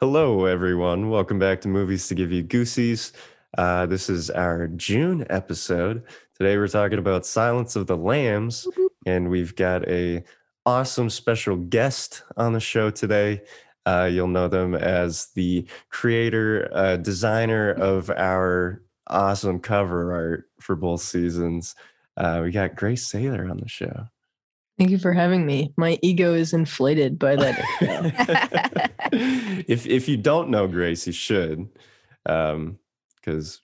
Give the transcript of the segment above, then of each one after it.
Hello, everyone. Welcome back to Movies to Give You Goosies. Uh, this is our June episode. Today we're talking about Silence of the Lambs, and we've got a awesome special guest on the show today. Uh, you'll know them as the creator, uh, designer of our awesome cover art for both seasons. Uh, we got Grace Saylor on the show. Thank you for having me. My ego is inflated by that. intro. if if you don't know Grace, you should, um, because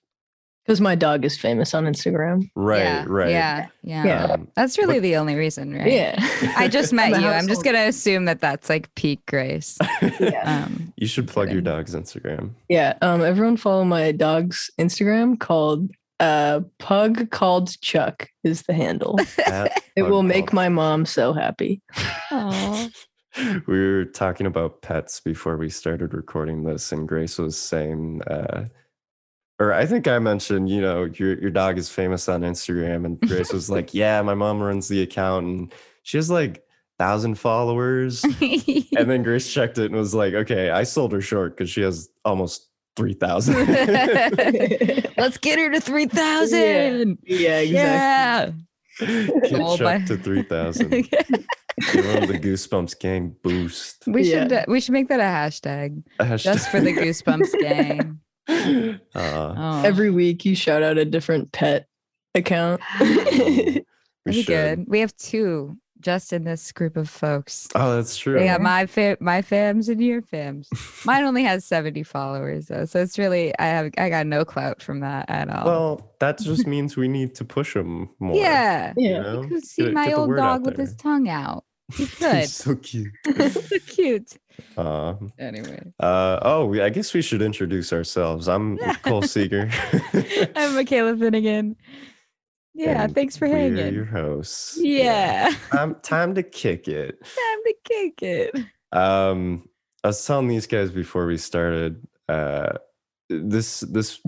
Because my dog is famous on Instagram. right, yeah, right, Yeah, yeah. Yeah. Um, That's really the only reason, right? Yeah. I just met I'm a you. I'm just household. gonna assume that that's like peak grace. yeah. Um, you should plug your kidding. dog's Instagram. Yeah. Um, everyone follow my dog's Instagram called uh Pug Called Chuck is the handle. At It Pug will Called- make my mom so happy. aw. we were talking about pets before we started recording this, and Grace was saying, uh, or I think I mentioned, you know, your your dog is famous on Instagram, and Grace was like, "Yeah, my mom runs the account, and she has like thousand followers." and then Grace checked it and was like, "Okay, I sold her short because she has almost 3,000." yeah, Let's get her to three thousand. exactly. Yeah. Catch by- up to 3,000. Give her the Goosebumps gang boost. we Yeah. should uh, we should make that a hashtag just for the Goosebumps gang. Hashtag- Uh, Oh, Every week you shout out a different pet account. we that'd be should. good. We have two just in this group of folks. Oh, that's true. We got my fa- my fams and your fams. Mine only has seventy followers though, so it's really I have I got no clout from that at all. Well, that just means we need to push them more. yeah, you yeah. know? you could Get see it- my get the old word out dog with his there. tongue out. He He's could. so cute. so cute. Uh, Anyway, uh, oh, we, I guess we should introduce ourselves. I'm Cole Seeger. I'm Michaela Finnegan. Yeah, And thanks for we're hanging. Your hosts. yeah, Time time to kick it. time to kick it. Um, I was telling these guys before we started. Uh, this this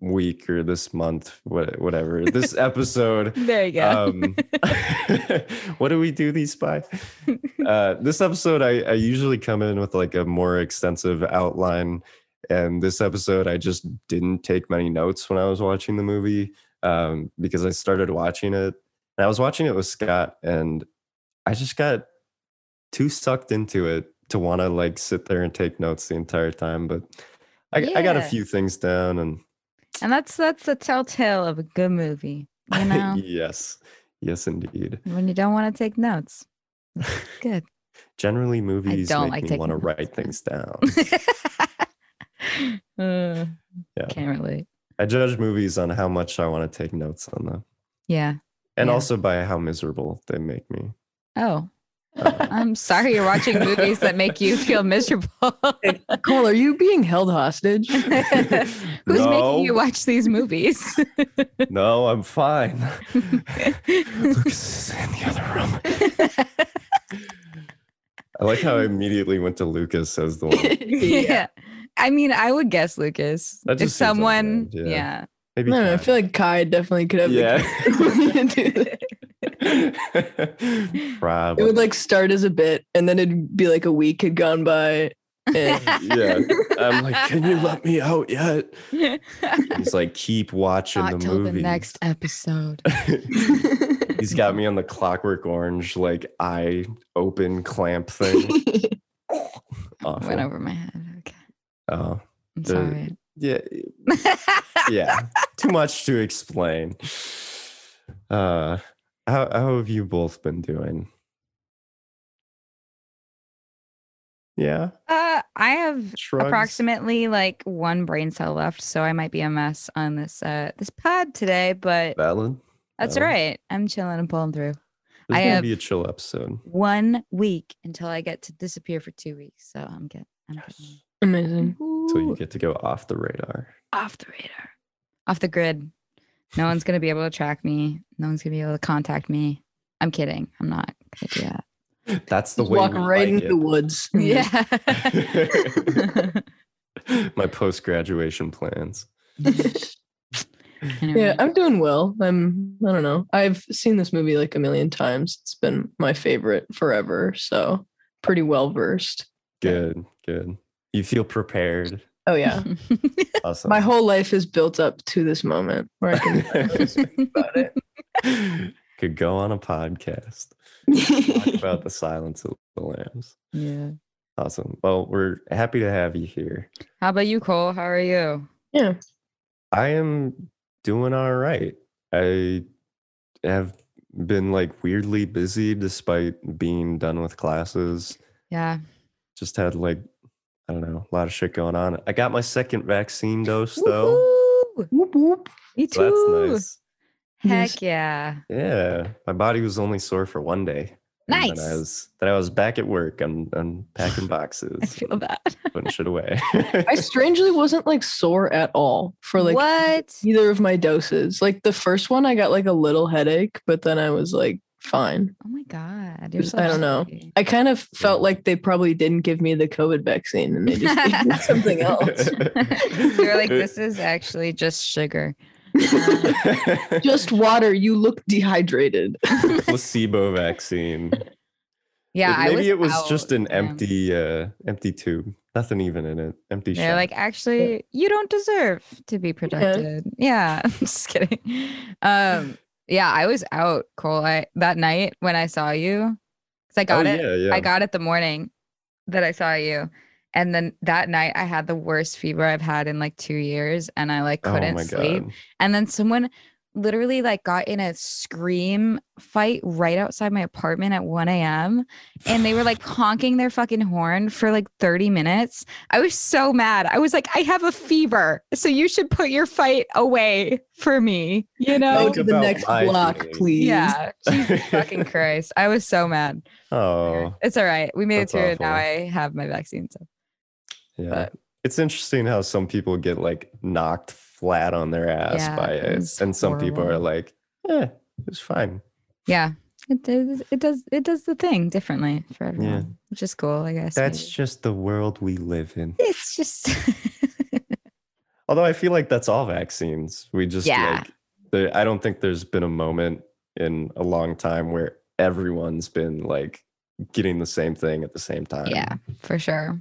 week or this month, what, whatever. This episode. There you go. Um, what do we do these by? Uh, this episode, I, I usually come in with like a more extensive outline. And this episode, I just didn't take many notes when I was watching the movie um, because I started watching it. And I was watching it with Scott, and I just got too sucked into it to want to like sit there and take notes the entire time. But I, I got a Yeah. few things down, and and that's that's the telltale of a good movie. You know, yes, yes, indeed. when you don't want to take notes. That's Good. generally movies make don't like me taking want to notes, write man. things down. Uh, Yeah. Can't relate. I judge movies on how much I want to take notes on them, Yeah. and Yeah. also by how miserable they make me. Oh, Uh, I'm sorry you're watching movies that make you feel miserable. Who's Cole, are you being held hostage? making you No, watch these movies? no, I'm fine. Lucas is in the other room. I like how I immediately went to Lucas as the one. yeah. I mean, I would guess Lucas. That if just seems on the someone, edge, yeah. yeah. Maybe No, no, I Kat. feel like Kai definitely could have the Yeah. capability Probably. It would like start as a bit and then it'd be like a week had gone by. And yeah. I'm like, can you let me out yet? He's like, keep watching Not the till movie. the next episode. He's got me on the clockwork orange, like eye open clamp thing. Awful. Went over my head. Okay. Oh, I'm The- sorry. yeah, yeah. Too much to explain. Uh, how how have you both been doing? Yeah, uh, I have shrugs. approximately like one brain cell left, so I might be a mess on this uh this pod today, but valid. that's all valid. right. I'm chilling and pulling through. This I is gonna have- be a chill episode. One week until I get to disappear for two weeks, so I'm good. I'm Yes. Amazing. So you get to go off the radar. off the radar, off the grid. No one's gonna be able to track me. No one's gonna be able to contact me. I'm kidding. I'm not gonna do that. That's the Just way. walk we right like into the woods. Yeah. it. My post graduation plans. Anyway. Yeah, I'm doing well. I'm I don't know. I've seen this movie like a million times. It's been my favorite forever. So pretty well versed. Good, good. You feel prepared. Oh yeah. Awesome. My whole life is built up to this moment where I can about it. could go on a podcast talk about the silence of the lambs. yeah. Awesome. Well, we're happy to have you here. How about you, Cole? How are you? yeah. I am doing all right. I have been like weirdly busy despite being done with classes. Yeah. Just had like, I don't know, a lot of shit going on. I got my second vaccine dose though. Woohoo! Whoop whoop. Me So too. that's nice. Heck yeah. Yeah. My body was only sore for one day. and Nice. Then I was then I was back at work. I'm unpacking boxes. I feel that. and Putting shit away. I strangely wasn't like sore at all for like what? either of my doses. Like the first one, I got like a little headache, but then I was like fine. Oh my god. You're so I don't know. lucky. I kind of felt Yeah. like they probably didn't give me the COVID vaccine and they just did something else. You're like, this is actually just sugar. Um, Just water. You look dehydrated. placebo vaccine. Yeah. I maybe it was out, just an man. empty, uh, empty tube. Nothing even in it. Empty. They're shell. like, actually, you don't deserve to be protected. Yeah, I'm just kidding. Um, yeah, I was out, Cole, I, that night when I saw you, because I got oh, it. Yeah, yeah. I got it the morning that I saw you, and then that night I had the worst fever I've had in like two years, and I like Oh couldn't sleep. And then someone literally like got in a scream fight right outside my apartment at 1 a.m. and they were like honking their fucking horn for like 30 minutes. I was so mad. I was like, I have a fever. So you should put your fight away for me. You know? Go Think to the about next my block, feelings. please. Yeah. Jesus fucking Christ. I was so mad. Oh, It's all right. We made That's it through it. Now awful. I have my vaccine. So yeah. But- it's interesting how some people get like knocked flat on their ass Yeah, by it it, was and some people are horrible. like, "Yeah, it's fine." yeah. It does it does it does the thing differently for everyone, which is cool, I guess. That's maybe. just the world we live in. it's just Although I feel like that's all vaccines. We just Yeah. like the, I don't think there's been a moment in a long time where everyone's been like getting the same thing at the same time. Yeah, for sure.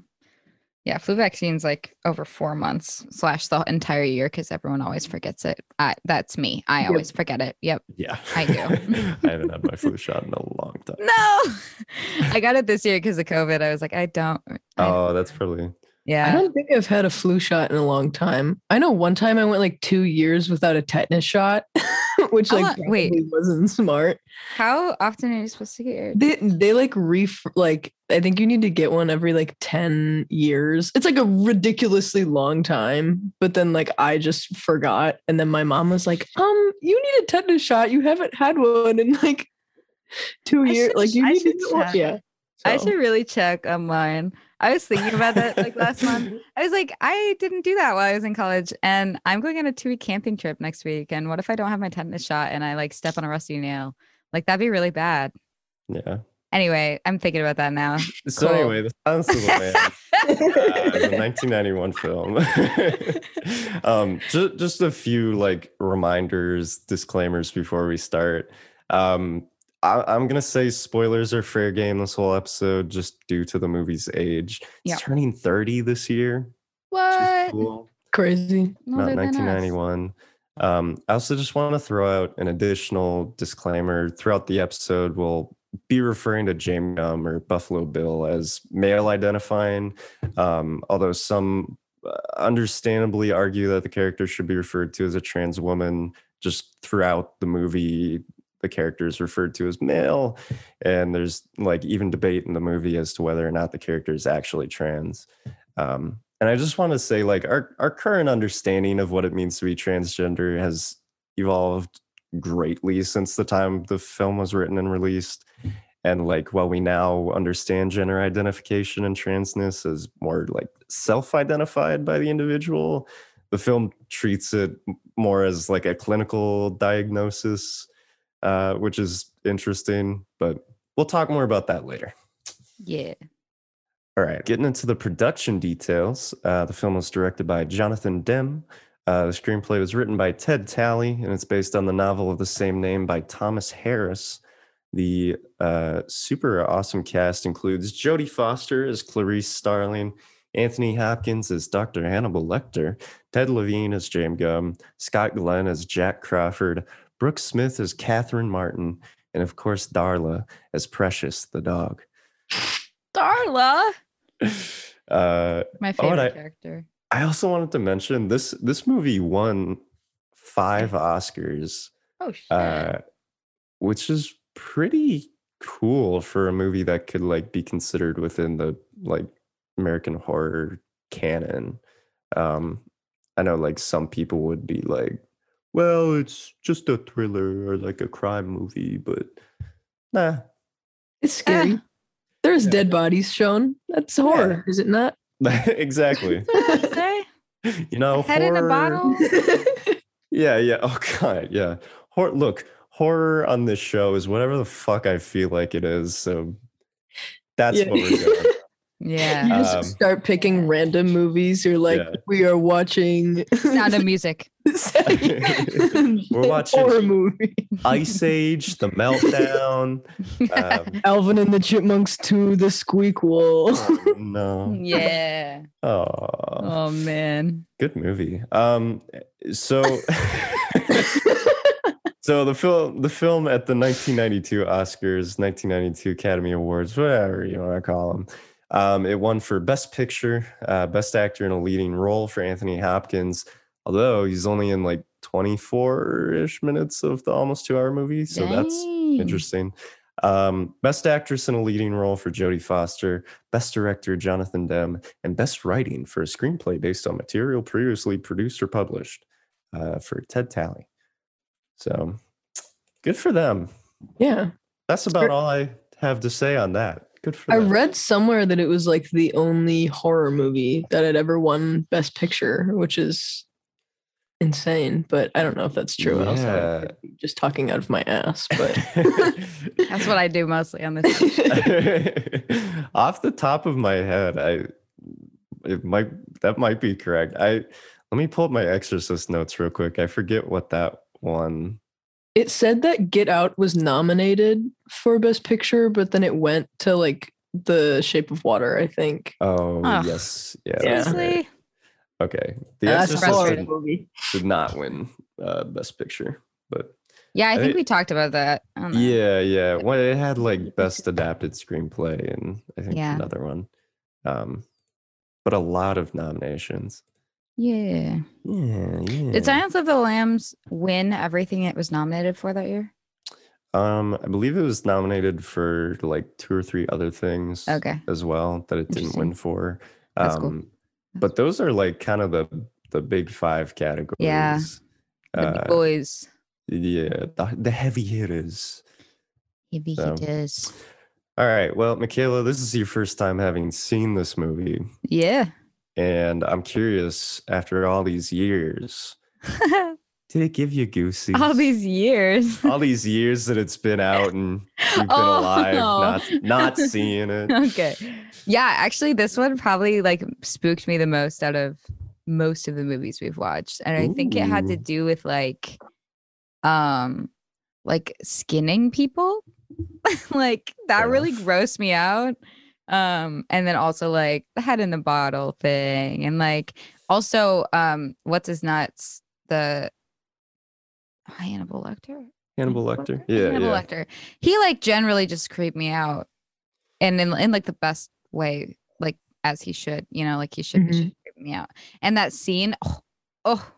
Yeah, flu vaccine's like over four months slash the entire year because everyone always forgets it. I, that's me. I Yep. always forget it. Yep. Yeah. I do. I haven't had my flu shot in a long time. No, I got it this year because of COVID. I was like, I don't. I- Oh, that's probably I yeah. don't think I've had a flu shot in a long time. I know one time I went like two years without a tetanus shot, which How like long- wait. probably wasn't smart. How often are you supposed to get your? They they like ref like I think you need to get one every like ten years. It's like a ridiculously long time. But then like I just forgot, and then my mom was like, "Um, you need a tetanus shot. You haven't had one in like two I years. should- Like you I need to should get one." check. Yeah, I So, oh. should really check on mine. I was thinking about that like last month. I was like, I didn't do that while I was in college, and I'm going on a two week camping trip next week. And what if I don't have my tetanus shot and I like step on a rusty nail? Like that'd be really bad. yeah. Anyway, I'm thinking about that now. So Cool. anyway, the silence of the lambs. uh, is a 1991 film. um, just, just a few like reminders, disclaimers before we start. Um, I, I'm gonna say spoilers are fair game this whole episode, just due to the movie's age. Yeah. It's turning 30 this year. which is What? cool crazy. not Older than us. 1991. Um, I also just want to throw out an additional disclaimer throughout the episode. We'll be referring to James Gum or Buffalo Bill as male identifying, um, although some uh, understandably argue that the character should be referred to as a trans woman. Just throughout the movie, the character is referred to as male, and there's like even debate in the movie as to whether or not the character is actually trans. Um, and I just want to say, like, our, our current understanding of what it means to be transgender has evolved greatly since the time the film was written and released. And, like, while we now understand gender identification and transness as more like self identified by the individual, the film treats it m- more as like a clinical diagnosis, uh, which is interesting. But we'll talk more about that later. Yeah. All right, getting into the production details. Uh, the film was directed by Jonathan Demme. Uh, the screenplay was written by Ted Talley, and it's based on the novel of the same name by Thomas Harris. The uh, super awesome cast includes Jodie Foster as Clarice Starling, Anthony Hopkins is Dr. Hannibal Lecter. Ted Levine is James Gum. Scott Glenn is Jack Crawford. Brooke Smith is Catherine Martin. And of course, Darla as Precious the dog. Darla, Uh, my Oh, favorite and I- character. I also wanted to mention this this movie won five Oscars, Oh shit. uh, which is pretty cool for a movie that could like be considered within the like American horror canon. Um, I know like some people would be like, well, it's just a thriller or like a crime movie, but nah, It's Eh. scary. There's Yeah. dead bodies shown. That's horror, is it not? exactly. That's what I'd say. You know, Head in a horror- bottle. Yeah, yeah. Oh god, yeah. Hor- look, horror on this show is whatever the fuck I feel like it is. So that's Yeah. what we're doing. You Yeah. just Um, start picking random movies. You're like, Yeah. we are watching. Sound of music. We're watching- horror movie. Ice Age, The Meltdown. Um, Alvin and the Chipmunks 2, The Squeak Wall. oh, no. yeah. Oh, Oh man. good movie. Um, so. Oh. So the film, the film at the 1992 Oscars, 1992 Academy Awards, whatever you want to call them, um, it won for Best Picture, uh, Best Actor in a Leading Role for Anthony Hopkins. Although he's only in like 24-ish minutes of the almost two-hour movie, so that's Dang. Hmm. interesting. Um, Best Actress in a Leading Role for Jodie Foster, Best Director Jonathan Demme, and Best Writing for a Screenplay based on material previously produced or published uh, for Ted Talley. So good for them. yeah. That's about all I have to say on that. Good for I them. read somewhere that it was like the only horror movie that had ever won Best Picture, which is insane. But I don't know if that's true. and also I could be just talking out of my ass. But That's what I do mostly on this. show. Off the top of my head, I it might that might be correct. I let me pull up my exorcist notes real quick. I forget what that one. it said that Get Out was nominated for Best Picture, but then it went to like The Shape of Water, I think. Oh Ugh. yes, yeah. that's right. Seriously? Okay, The And that's Exorcist frustrating. did, movie. did not win uh, Best Picture, but Yeah, I I think think- we talked about that. I don't know. yeah, yeah. Well, it had like Best Adapted Screenplay and I think Yeah. another one, um, but a lot of nominations. Yeah. Yeah, yeah. Did Silence of the Lambs win everything it was nominated for that year? Um, I believe it was nominated for like two or three other things Okay. as well that it didn't Interesting. win for. That's cool. Um, but those are like kind of the the big five categories. The big Uh, boys. yeah, the, the heavy hitters. Maybe so. he does. All right. Well, Michaela, this is your first time having seen this movie, Yeah. and I'm curious. After all these years, did it give you goosey? All these years. all these years that it's been out and you've been Oh, alive, no. not not seeing it. okay. Yeah, actually, this one probably like spooked me the most out of most of the movies we've watched, and I think it had to Ooh. do with like, um, like skinning people, like that Fair really enough. grossed me out. Um, and then also like the head in the bottle thing, and like also um, what's his nuts the Hannibal Lecter. Hannibal Lecter. Yeah, Hannibal yeah. Lecter. He like generally just creeped me out, and in in like the best way, like as he should. You know, like he should, Mm-hmm. he should creep me out. And that scene, oh, oh,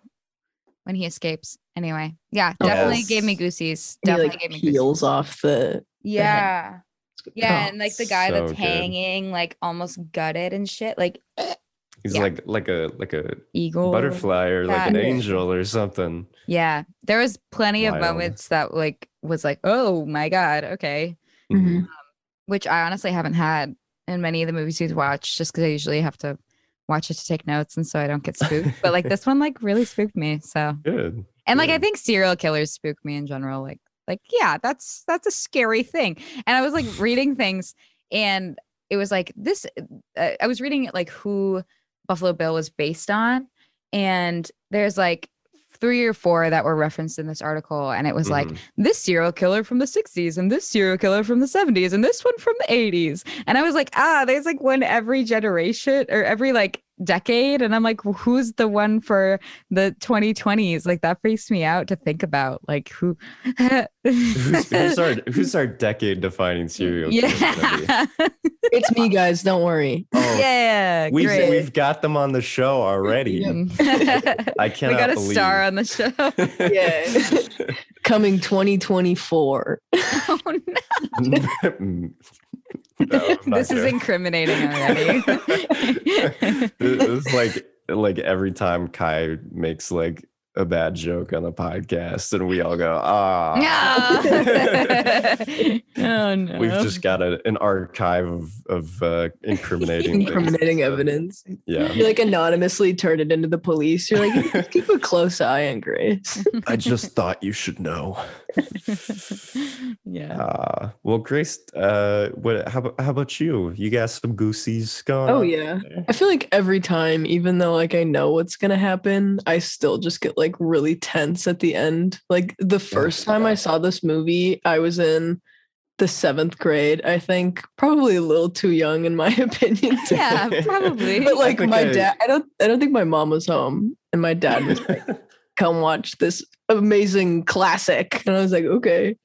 when he escapes. Anyway, yeah, Oh. definitely gave me Yes. goosies. He Definitely like gave me goosies. peels off the. Yeah, yeah, Oh, and like the guy that's so good. hanging, like almost gutted and shit, like He's Yeah. Oh, like like a like a eagle butterfly or like an that. angel or something. Yeah, there was plenty of Wild. moments that like was like, oh my god, okay. Mm-hmm. Mm-hmm. Mhm. which I honestly haven't had in many of the movies we've watched, just because I usually have to watch it to take notes, and so I don't get spooked. but like this one, like really spooked me. So, Good. and like I Yeah. think serial killers spook me in general. Like, like yeah, that's that's a scary thing. And I was like reading things, and it was like this. Uh, I was reading like who Buffalo Bill was based on, and there's like three or four that were referenced in this article, and it was like this serial killer from the 60s and this serial killer from the 70s and this one from the 80s. And I was like, ah, there's like one every generation or every like decade. And I'm like, who's the one for the 2020s? Like that freaks me out to think about. Like who Mm-hmm. who's, who's our who's our decade defining serial killer? gonna be? Yeah. It's me, guys. Don't worry. Oh, yeah. We've, great. Mm. we've got them on the show already. Yeah. I we cannot got a believe. star on the show. Yeah. Coming 2024. Oh, no. No, I'm not this is doing- incriminating already. it's like like every time Kai makes like a bad joke on the podcast, and we all go, ah. no. oh no. We've just got a, an archive of of uh, incriminating things. Incriminating evidence. Yeah, You like anonymously turn it into the police. You're like, "Just keep a close eye on Grace. I just thought you should know. yeah. Uh, well, Grace, uh, what? How, about- how about you? You got some goosies going? Oh on yeah. there? I feel like every time, even though like I know what's gonna happen, I still just get like really tense at the end. Like the first time I saw this movie, I was in the seventh grade, I think. Probably a little too young in my opinion. to- Yeah, probably. But like think my I- dad I don't I don't think my mom was home and my dad was come watch this amazing classic and i was like okay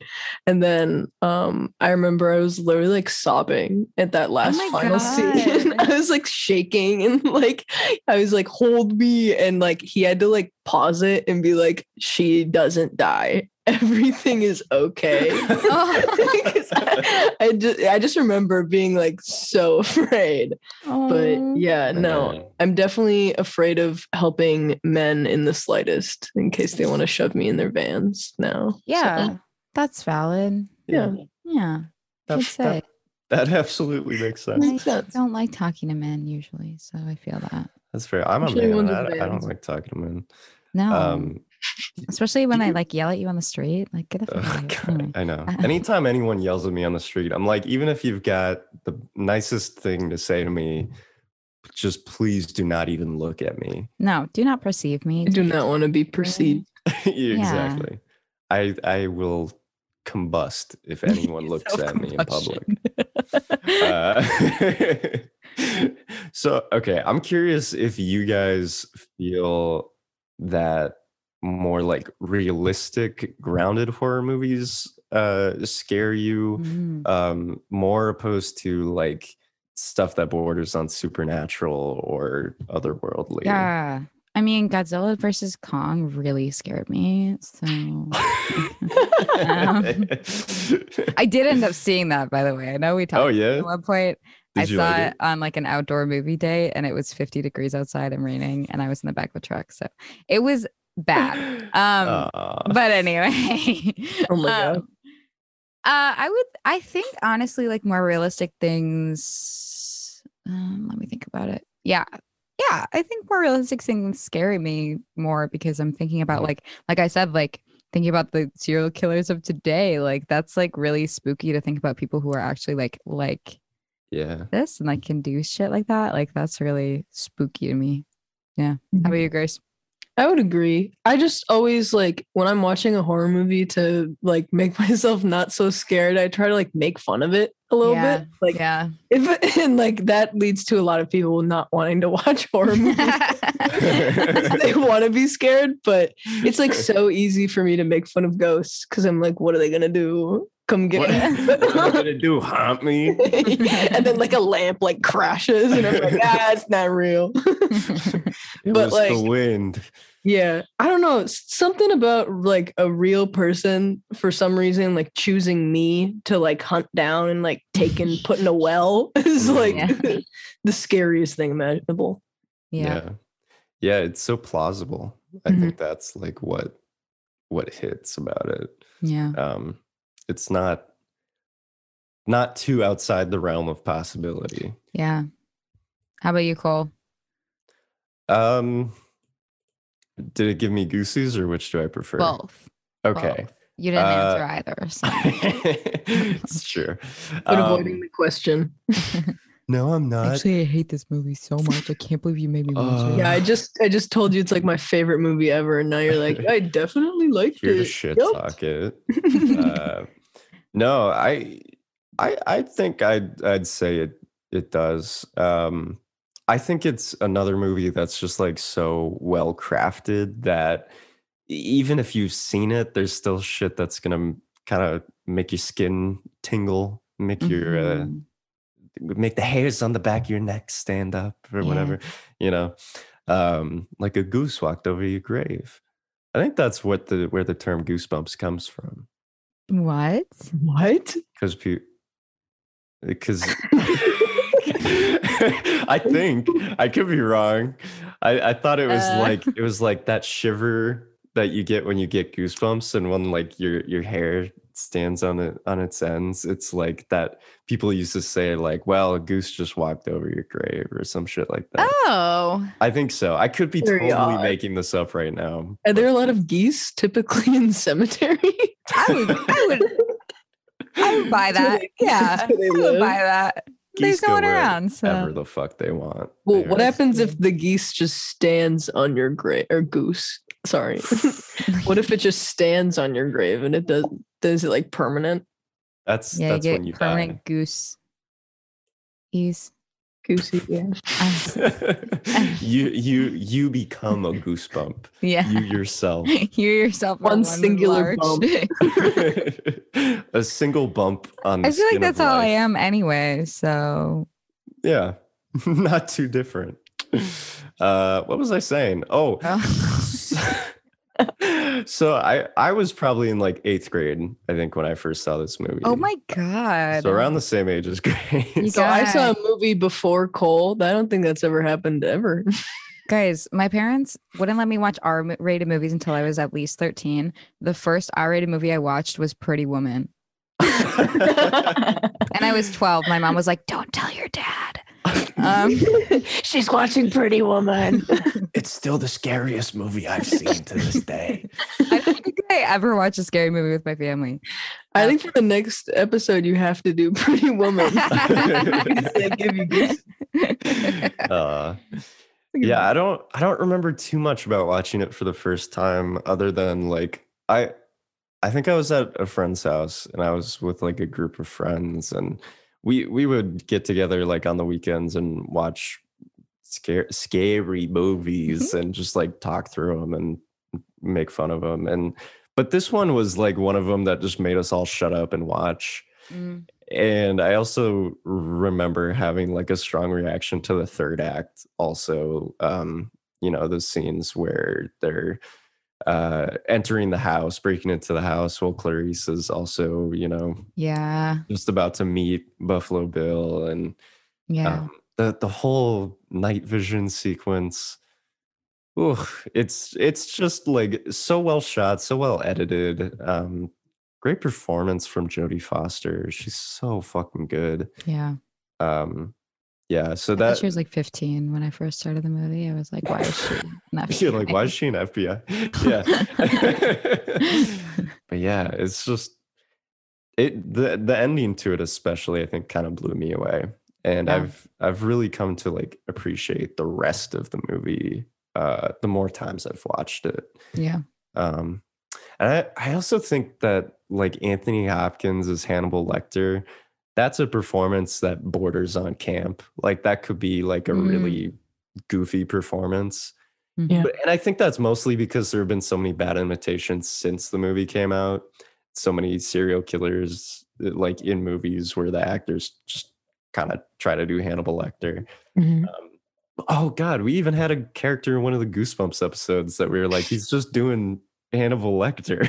and then um i remember i was literally like sobbing at that last Oh my final scene God. i was like shaking and like i was like hold me and like he had to like pause it and be like she doesn't die everything is okay 'Cause I, I just i just remember being like so afraid but Oh. yeah no Man. I'm definitely afraid of helping men in the slightest in case they want to shove me in their vans now. So, Yeah. That's valid. yeah. Yeah. That, I'd say. that, that absolutely makes sense. makes I sense. don't like talking to men usually, so I feel that. That's fair. I'm a Usually man. ones and with I, I don't bands. like talking to men. No. Um, Especially when do I you- like yell at you on the street. Like get the fuck ugh, out. God, Anyway. I know. Uh-uh. Anytime anyone yells at me on the street, I'm like, even if you've got the nicest thing to say to me, just please do not even look at me. No, do not perceive me. I do not want to be You- perceived. Yeah. E, Exactly. I I will combust if anyone looks at me in public. Uh, so okay i'm curious if you guys feel that more like realistic grounded horror movies uh scare you Mm. um more opposed to like stuff that borders on supernatural or otherworldly Yeah. I mean, Godzilla versus Kong really scared me. So Um, I did end up seeing that, by the way. I know we talked oh yeah at one point. Did I you saw like it on like an outdoor movie day and it was 50 degrees outside and raining and I was in the back of a truck. So it was bad. Um Oh. Aw. but anyway. Oh my um, god. uh I would I think honestly like more realistic things um let me think about it. Yeah. Yeah, I think more realistic things scare me more because I'm thinking about Mm-hmm. like like I said like thinking about the serial killers of today like that's like really spooky to think about people who are actually like like yeah this and like can do shit like that. Like that's really spooky to me. Mm-hmm. How about you, Grace? I would agree. I just always like when I'm watching a horror movie to like make myself not so scared, I try to like make fun of it a little Yeah. bit. Like yeah. if and like that leads to a lot of people not wanting to watch horror movies. they want to be scared, but it's like so easy for me to make fun of ghosts because I'm like, what are they gonna do? Come what, get what are you me. gonna do haunt me and then like a lamp like crashes and I'm like, ah, it's not real. It But, was the like- wind. yeah. I don't know. s- Something about like a real person for some reason, like choosing me to like hunt down and like take and put in a well is like Yeah. the scariest thing imaginable. yeah. Mm-hmm. yeah. Yeah, it's so plausible. I think that's like what what hits about it. Yeah. Um it's not not too outside the realm of possibility. Yeah. How about you, Cole? Um did it give me goosies or which do I prefer? Both. okay. both. You didn't Uh, answer either. So it's true. But Um, avoiding the question. No, I'm not. Actually, I hate this movie so much. I can't believe you made me watch Uh, it. Yeah, I just I just told you it's like my favorite movie ever, and now you're like, I definitely liked Here to it. shit Yup. talk it. Uh, no, I, I, I think I'd I'd say it it does. Um, I think it's another movie that's just like so well crafted that e- even if you've seen it, there's still shit that's gonna kind of make your skin tingle, make your uh, Mhm. make the hairs on the back of your neck stand up or Yeah. whatever, you know, um, like a goose walked over your grave. I think that's what the where the term goosebumps comes from what? What? because because eh, I think I could be wrong. I, I thought it was Uh. like it was like that shiver that you get when you get goosebumps and when like your your hair stands on it on its ends. It's like that people used to say like, well, a goose just walked over your grave or some shit like that. Oh, I think so. I could be Very totally odd. making this up right now. Are there a lot of geese typically in cemetery? I would, I would, I would buy That's where that. they- Yeah, that's where they I would live. buy that. There's Geese go no one wherever around, so the fuck they want. Well, They what are- happens if the geese just stands on your grave or goose? Sorry. what if it just stands on your grave and it does does it like permanent That's yeah, you that's when you get permanent die. goose. Ease. goosey? Yeah. I- you you you become a goosebump. Yeah. You yourself. You yourself are One one singular large. bump. a single bump on. The I feel like skin of that's all I life. am anyway. So Yeah, not too different. Uh, what was I saying? Oh, so I I was probably in like eighth grade, I think, when I first saw this movie. Oh my god. So around the same age as Grace. So I saw Yeah. a movie before Cold. I don't think that's ever happened ever. Guys, my parents wouldn't let me watch R rated movies until I was at least 13. The first R rated movie I watched was Pretty Woman. Uh, And I was 12. My mom was like, Don't tell your dad. Um, She's watching Pretty Woman. it's still the scariest movie I've seen to this day. I don't think I ever watched a scary movie with my family. I think for the next episode you have to do Pretty Woman. Because they give you goose- Uh, yeah i don't i don't remember too much about watching it for the first time other than like i i think i was at a friend's house and i was with like a group of friends and we we would get together like on the weekends and watch scare, scary movies and just like talk through them and make fun of them and but this one was like one of them that just made us all shut up and watch Mm. and I also remember having like a strong reaction to the third act. Also, um, you know, those scenes where they're uh, entering the house, breaking into the house, while Clarice is also, you know, Yeah. just about to meet Buffalo Bill, and Yeah. um, the the whole night vision sequence. Ooh, it's it's just like so well shot, so well edited. Um, great performance from Jodie Foster. She's so fucking good. yeah. Um, yeah. So I think that she was like 15 when I first started the movie. I was like, why is she not you're like, why is she an FBI? Yeah. but yeah, it's just it the the ending to it especially I think kind of blew me away. And Yeah. I've I've really come to like appreciate the rest of the movie uh the more times I've watched it. Yeah. Um and I, I also think that like Anthony Hopkins as Hannibal Lecter, that's a performance that borders on camp. Like that could be like a Mm. really goofy performance. Yeah. But, and I think that's mostly because there have been so many bad imitations since the movie came out. So many serial killers, uh, like in movies, where the actors just kind of try to do Hannibal Lecter. Um, oh God, we even had a character in one of the Goosebumps episodes that we were like, he's just doing Hannibal Lecter.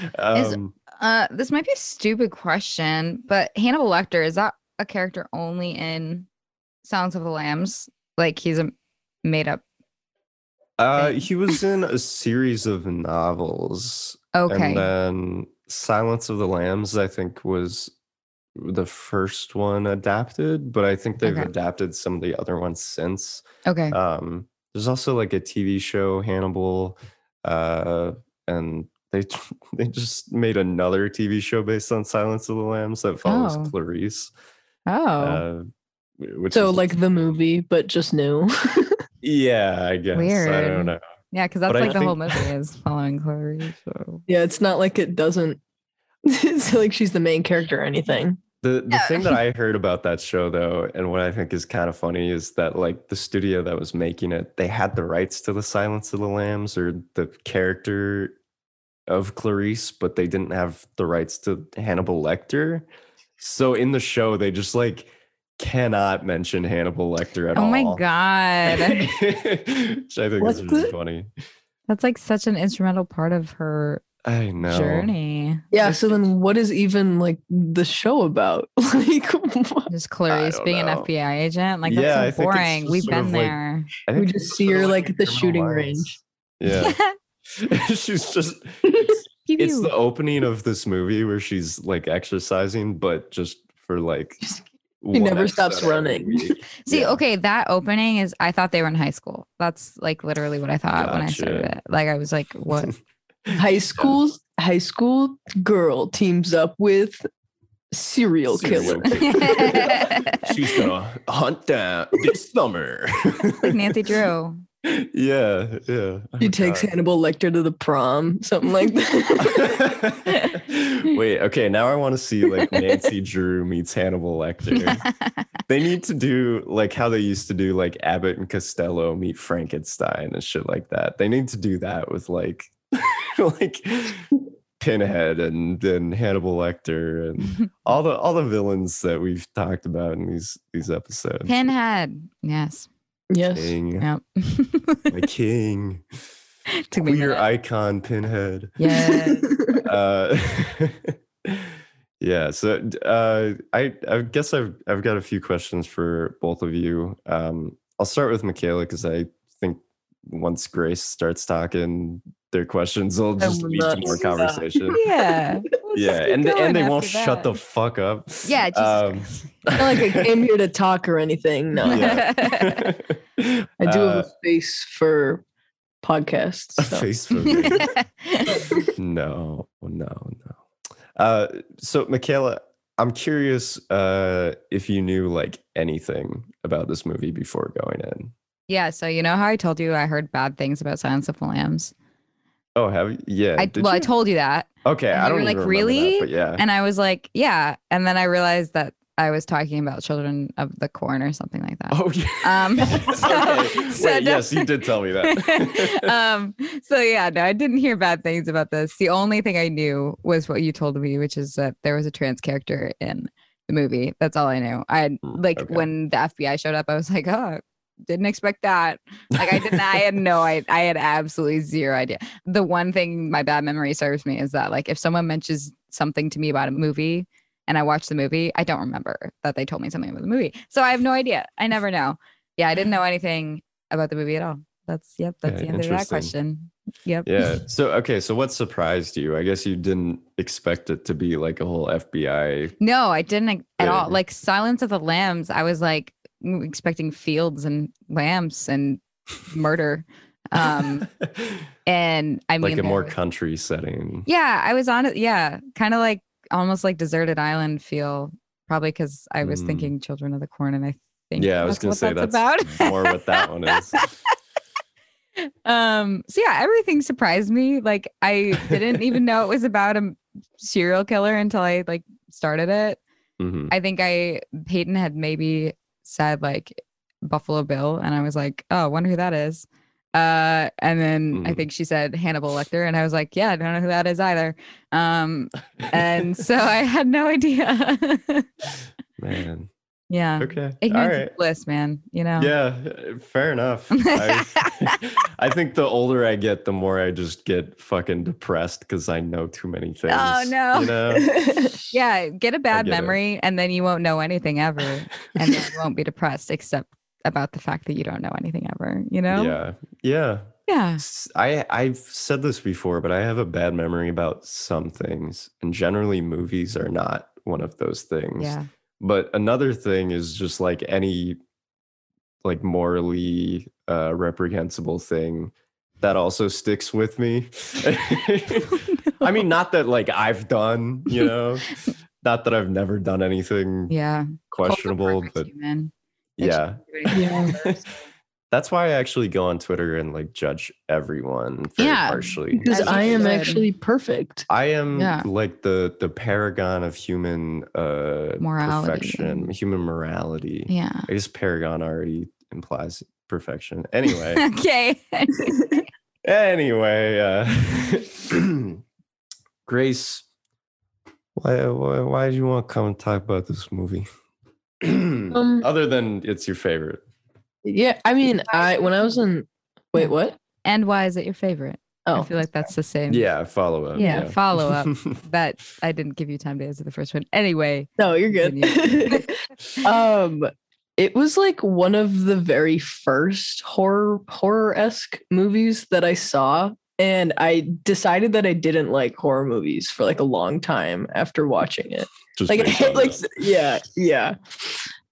um, Uh, this might be a stupid question, but Hannibal Lecter is that a character only in Sounds of the Lambs? Like he's a made up. uh, he was in a series of novels Okay. And uh, then Silence of the Lambs, I think, was the first one adapted, but I think they've Okay. adapted some of the other ones since. okay. Um, there's also like a TV show, Hannibal, uh, and they they just made another TV show based on Silence of the Lambs that follows Oh. Clarice. oh. Uh, Which so is- like the movie, but just new. yeah, I guess I Weird. don't know. Yeah, because that's But I like the whole movie is following Chloe. So yeah, it's not like it doesn't. it's like she's the main character or anything. The the Yeah. thing that I heard about that show though, and what I think is kind of funny is that like the studio that was making it, they had the rights to the Silence of the Lambs or the character of Clarice, but they didn't have the rights to Hannibal Lecter. So in the show, they just like cannot mention Hannibal Lecter at Oh all. my god. Which I think What's is really the- funny. that's like such an instrumental part of her I know. journey. Yeah. So then, what is even like the show about? like, what? Just Clarice don't being know. an FBI agent. Like Yeah, I that's so think it's boring. just We've sort of been like- there. I we think just it's see sort of her like like at the Criminal shooting Minds. range. Yeah. She's just Pew, it's pew. the opening of this movie where she's like exercising, but just for like Just- one never episode stops every running. week. See, Yeah. okay, that opening is I thought they were in high school. That's like literally what I thought when I started Gotcha. it. Like I was like, what? High school, high school girl teams up with serial, killer. She's gonna hunt down this summer. like Nancy Drew. yeah, yeah. Oh my She takes God. Hannibal Lecter to the prom, something like that. Wait, okay, now I want to see like Nancy Drew meets Hannibal Lecter. they need to do like how they used to do like Abbott and Costello meet Frankenstein and shit like that. They need to do that with like like Pinhead and then Hannibal Lecter and all the all the villains that we've talked about in these these episodes. Pinhead. Yes. yes. King, Yep. my king, Took me a queer minute. icon Pinhead. Yes. Uh, yeah, so d- uh, I I guess I've I've got a few questions for both of you. Um, I'll start with Michaela because I think once Grace starts talking, their questions will just will lead to not more stop. conversation. yeah. yeah, and and they won't shut the fuck up. Yeah, Jesus Um, Christ. Not like I came here to talk or anything. No, Yeah. I do Uh, have a face for podcasts. a so. face for me. no, no, no. Uh, so, Michaela, I'm curious uh, if you knew like anything about this movie before going in. yeah. So you know how I told you I heard bad things about Silence of the Lambs. Oh, have you? Yeah. I did well, I you? told you that, Okay, and I you don't were even like, remember "Really?" that, but yeah. and I was like, yeah. And then I realized that I was talking about Children of the Corn or something like that. oh, yeah. Um, so- okay. so Wait, no- yes, you did tell me that. um, so yeah, no, I didn't hear bad things about this. The only thing I knew was what you told me, which is that there was a trans character in the movie. That's all I knew. I Mm, Um, like okay. when the FBI showed up, I was like, oh, didn't expect that. Like I didn't. I had no. I I had absolutely zero idea. The one thing my bad memory serves me is that like if someone mentions something to me about a movie. And I watched the movie. I don't remember that they told me something about the movie, so I have no idea. I never know. Yeah, I didn't know anything about the movie at all. That's yep. That's Okay, the answer to that interesting. question. Yep. yeah. So, okay, so what surprised you? I guess you didn't expect it to be like a whole FBI. no, I didn't like, at all. Yeah. Like Silence of the Lambs, I was like mm, expecting fields and lamps and murder. Um, and I mean, like a more there- country setting. yeah, I was on it. Yeah, kind of like almost like deserted island feel. Probably because I was Mm. thinking Children of the Corn, and I think Yeah, I was gonna what say that's, more what that one is. um so yeah everything surprised me like i didn't even know it was about a m- serial killer until i like started it Mhm. i think i peyton had maybe said like buffalo bill and i was like oh I wonder who that is uh and then i Mhm. think she said hannibal lecter and i was like yeah i don't know who that is either um and so i had no idea man, yeah okay, all um, ignorance right, is bliss man you know yeah, fair enough. I, I think the older I get, the more I just get fucking depressed because I know too many things. Oh, no. you know? Yeah, get a bad get it. memory and then you won't know anything ever. and then you won't be depressed except about the fact that you don't know anything ever, you know? yeah, yeah. Yeah. S- I I've said this before, but I have a bad memory about some things, and generally, movies are not one of those things. Yeah. but another thing is just like any like morally uh reprehensible thing that also sticks with me i mean not that like i've done you know not that i've never done anything Yeah. Hold the questionable progress, but human. Like, she yeah. didn't do anything Yeah. wrong, so- That's why I actually go on Twitter and like judge everyone very Yeah. harshly. Because As you I am should. actually perfect. I am Yeah. like the the paragon of human uh Morality. perfection, human morality. Yeah. I guess paragon already implies perfection. Anyway, okay. anyway, uh, Grace, why, why why did you want to come and talk about this movie? Um, Other than it's your favorite. Yeah, I mean, I when I was in wait, what? and why is it your favorite? I Oh, feel like that's the same. Yeah, follow up. Yeah, follow up. But I didn't give you time to answer the first one. Anyway, no, you're good. um, it was like one of the very first horror horror esque movies that I saw, and I decided that I didn't like horror movies for like a long time after watching it. Just like, based on like this. yeah yeah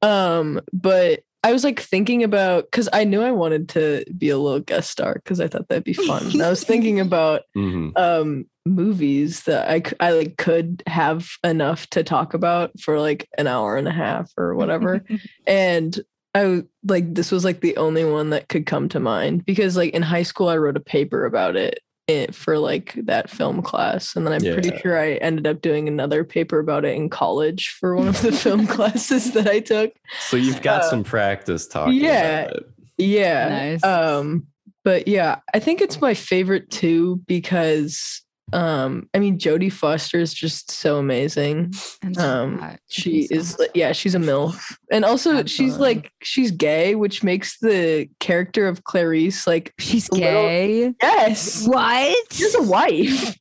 um but i was like thinking about because i knew i wanted to be a little guest star because i thought that'd be fun and i was thinking about Mhm. um movies that i c- i like could have enough to talk about for like an hour and a half or whatever and i w- like this was like the only one that could come to mind because like in high school i wrote a paper about it it for like that film class and then i'm pretty Yeah. sure i ended up doing another paper about it in college for one of the film classes that i took So you've got uh, some practice talking. yeah. about it. yeah Nice. um but yeah i think it's my favorite too because um i mean jodie foster is just so amazing And so um, hot. she Okay, so is hot. like, yeah she's a milf and also she's Absolutely. like she's gay which makes the character of clarice like She's a little- gay. yes What? she's a wife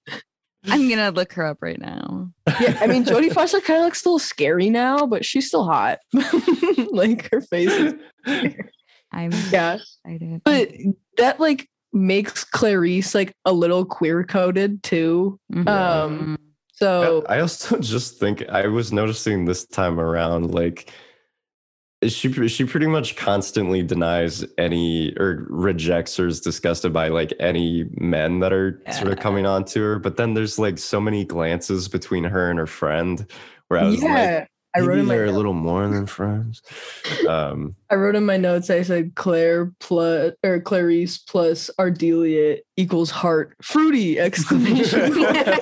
I'm gonna look her up right now. yeah i mean jodie foster kind of looks a little scary now but she's still hot like her face is, I'm yeah excited. but that like makes clarice like a little queer coded too Mhm. um, so I also just think I was noticing this time around, like she she pretty much constantly denies any or rejects or is disgusted by like any men that are sort of Yeah. coming on to her. But then there's like so many glances between her and her friend where I was like, yeah i wrote maybe in my they're a notes- little more than friends. Um, I wrote in my notes, I said Claire plus or Clarice plus Ardelia equals heart fruity exclamation. point.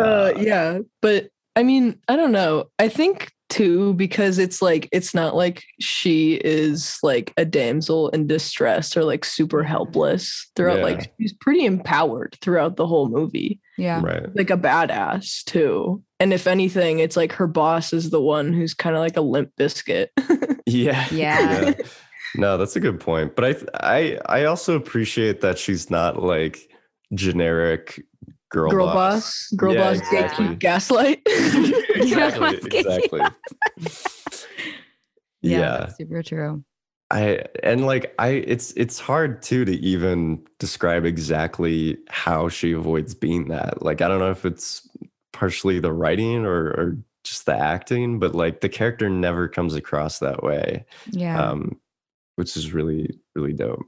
uh, yeah, but I mean, I don't know. I think too because it's like it's not like she is like a damsel in distress or like super helpless throughout. Yeah. Like she's pretty empowered throughout the whole movie yeah. right. like a badass too. And if anything, it's like her boss is the one who's kind of like a limp biscuit. Yeah. Yeah. No, that's a good point. But I th- I I also appreciate that she's not like generic girl, Girl boss. boss, girl Yeah, boss, exactly. gatekeep, gaslight. exactly. boss. Exactly. Yeah, yeah. that's super true. I and like I it's it's hard too to even describe exactly how she avoids being that. Like I don't know if it's partially the writing or or just the acting, but like the character never comes across that way. Yeah, Um which is really really dope.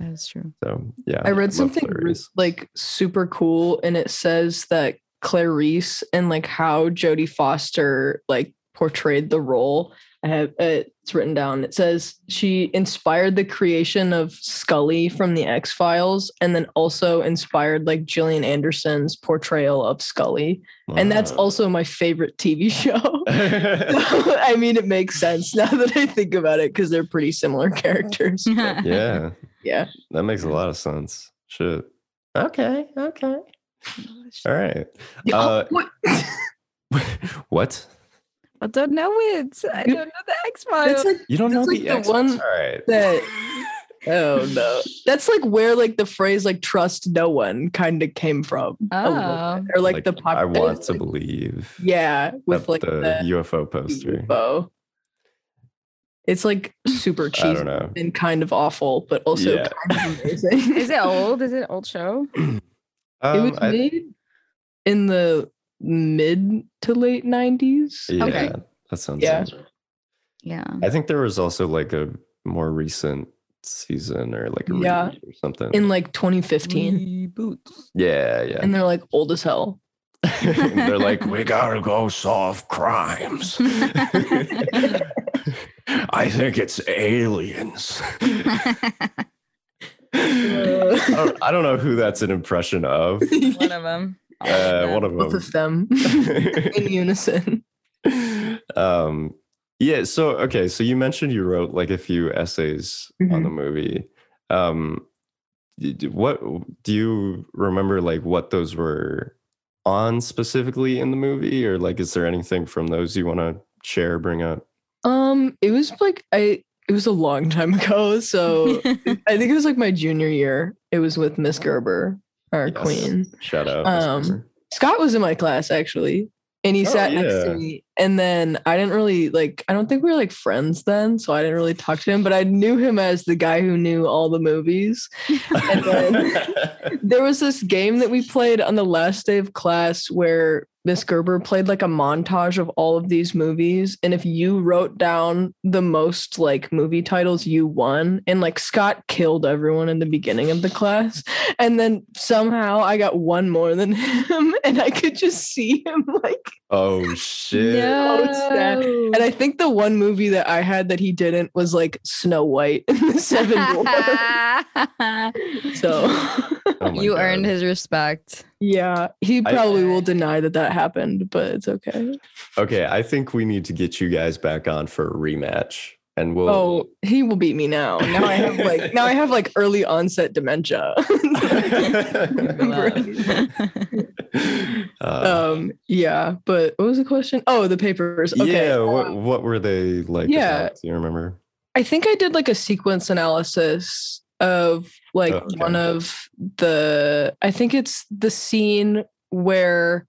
that's true. So yeah. I read love something re- Clarice. like super cool, and it says that Clarice and like how Jodie Foster like portrayed the role. I have uh, it's written down. It says she inspired the creation of Scully from the X Files, and then also inspired like Gillian Anderson's portrayal of Scully, and that's Wow. also my favorite TV show. I mean, it makes sense now that I think about it because they're pretty similar characters. but yeah, yeah, that makes a lot of sense. Shit. Okay. Okay. All right. Uh, Oh, what? what? I don't know it. I You- don't know the X That's Files. like You don't That's know like the, the X one All right. that. Oh no, that's like where like the phrase like trust no one kind of came from. a little Oh. bit, or like, the pop. I want it's to like- believe. Yeah, with that like the, the, UFO poster. UFO. It's like super I cheesy don't know. and kind of awful, but also Yeah. kind of amazing. Is it old? Is it an old show? Um, it was I- made in the mid to late 90s. yeah, Okay. that sounds. Yeah. right. Yeah. I think there was also like a more recent season or like a Yeah. reboot or something. in like 2015 Reboots. yeah, yeah. and they're like old as hell They're like, we gotta go solve crimes. I think it's aliens. I don't- I don't know who that's an impression of. one of them. Uh, one Both of of them them. in unison. um yeah so okay so you mentioned you wrote like a few essays on Mhm. the movie um d- d- what do you remember like what those were on specifically in the movie or like is there anything from those you want to share bring up Um, it was like I. It was a long time ago, so I think it was like my junior year. It was with Miss Gerber, our Yes. queen. shout out Miss Um, Cooper. Scott was in my class actually, and he Oh, sat next yeah. to me. And then I didn't really like. I don't think we were like friends then, so I didn't really talk to him. But I knew him as the guy who knew all the movies. and then- There was this game that we played on the last day of class where Miss Gerber played like a montage of all of these movies. And if you wrote down the most like movie titles, you won. And like Scott killed everyone in the beginning of the class. And then somehow I got one more than him. And I could just see him like, oh shit and I think the one movie that I had that he didn't was like Snow White and the Seven Dwarfs. So. Oh my you God. earned his respect. Yeah, he I- probably will deny that that happened, but it's okay. okay i think we need to get you guys back on for a rematch and we'll Oh, he will beat me now. Now I have like now I have like early onset dementia. Uh, um, yeah, but what was the question? Oh, the papers. Okay. Yeah, what what were they like? yeah. about? do you remember? I think I did like a sequence analysis of like Oh, okay. one of the I think it's the scene where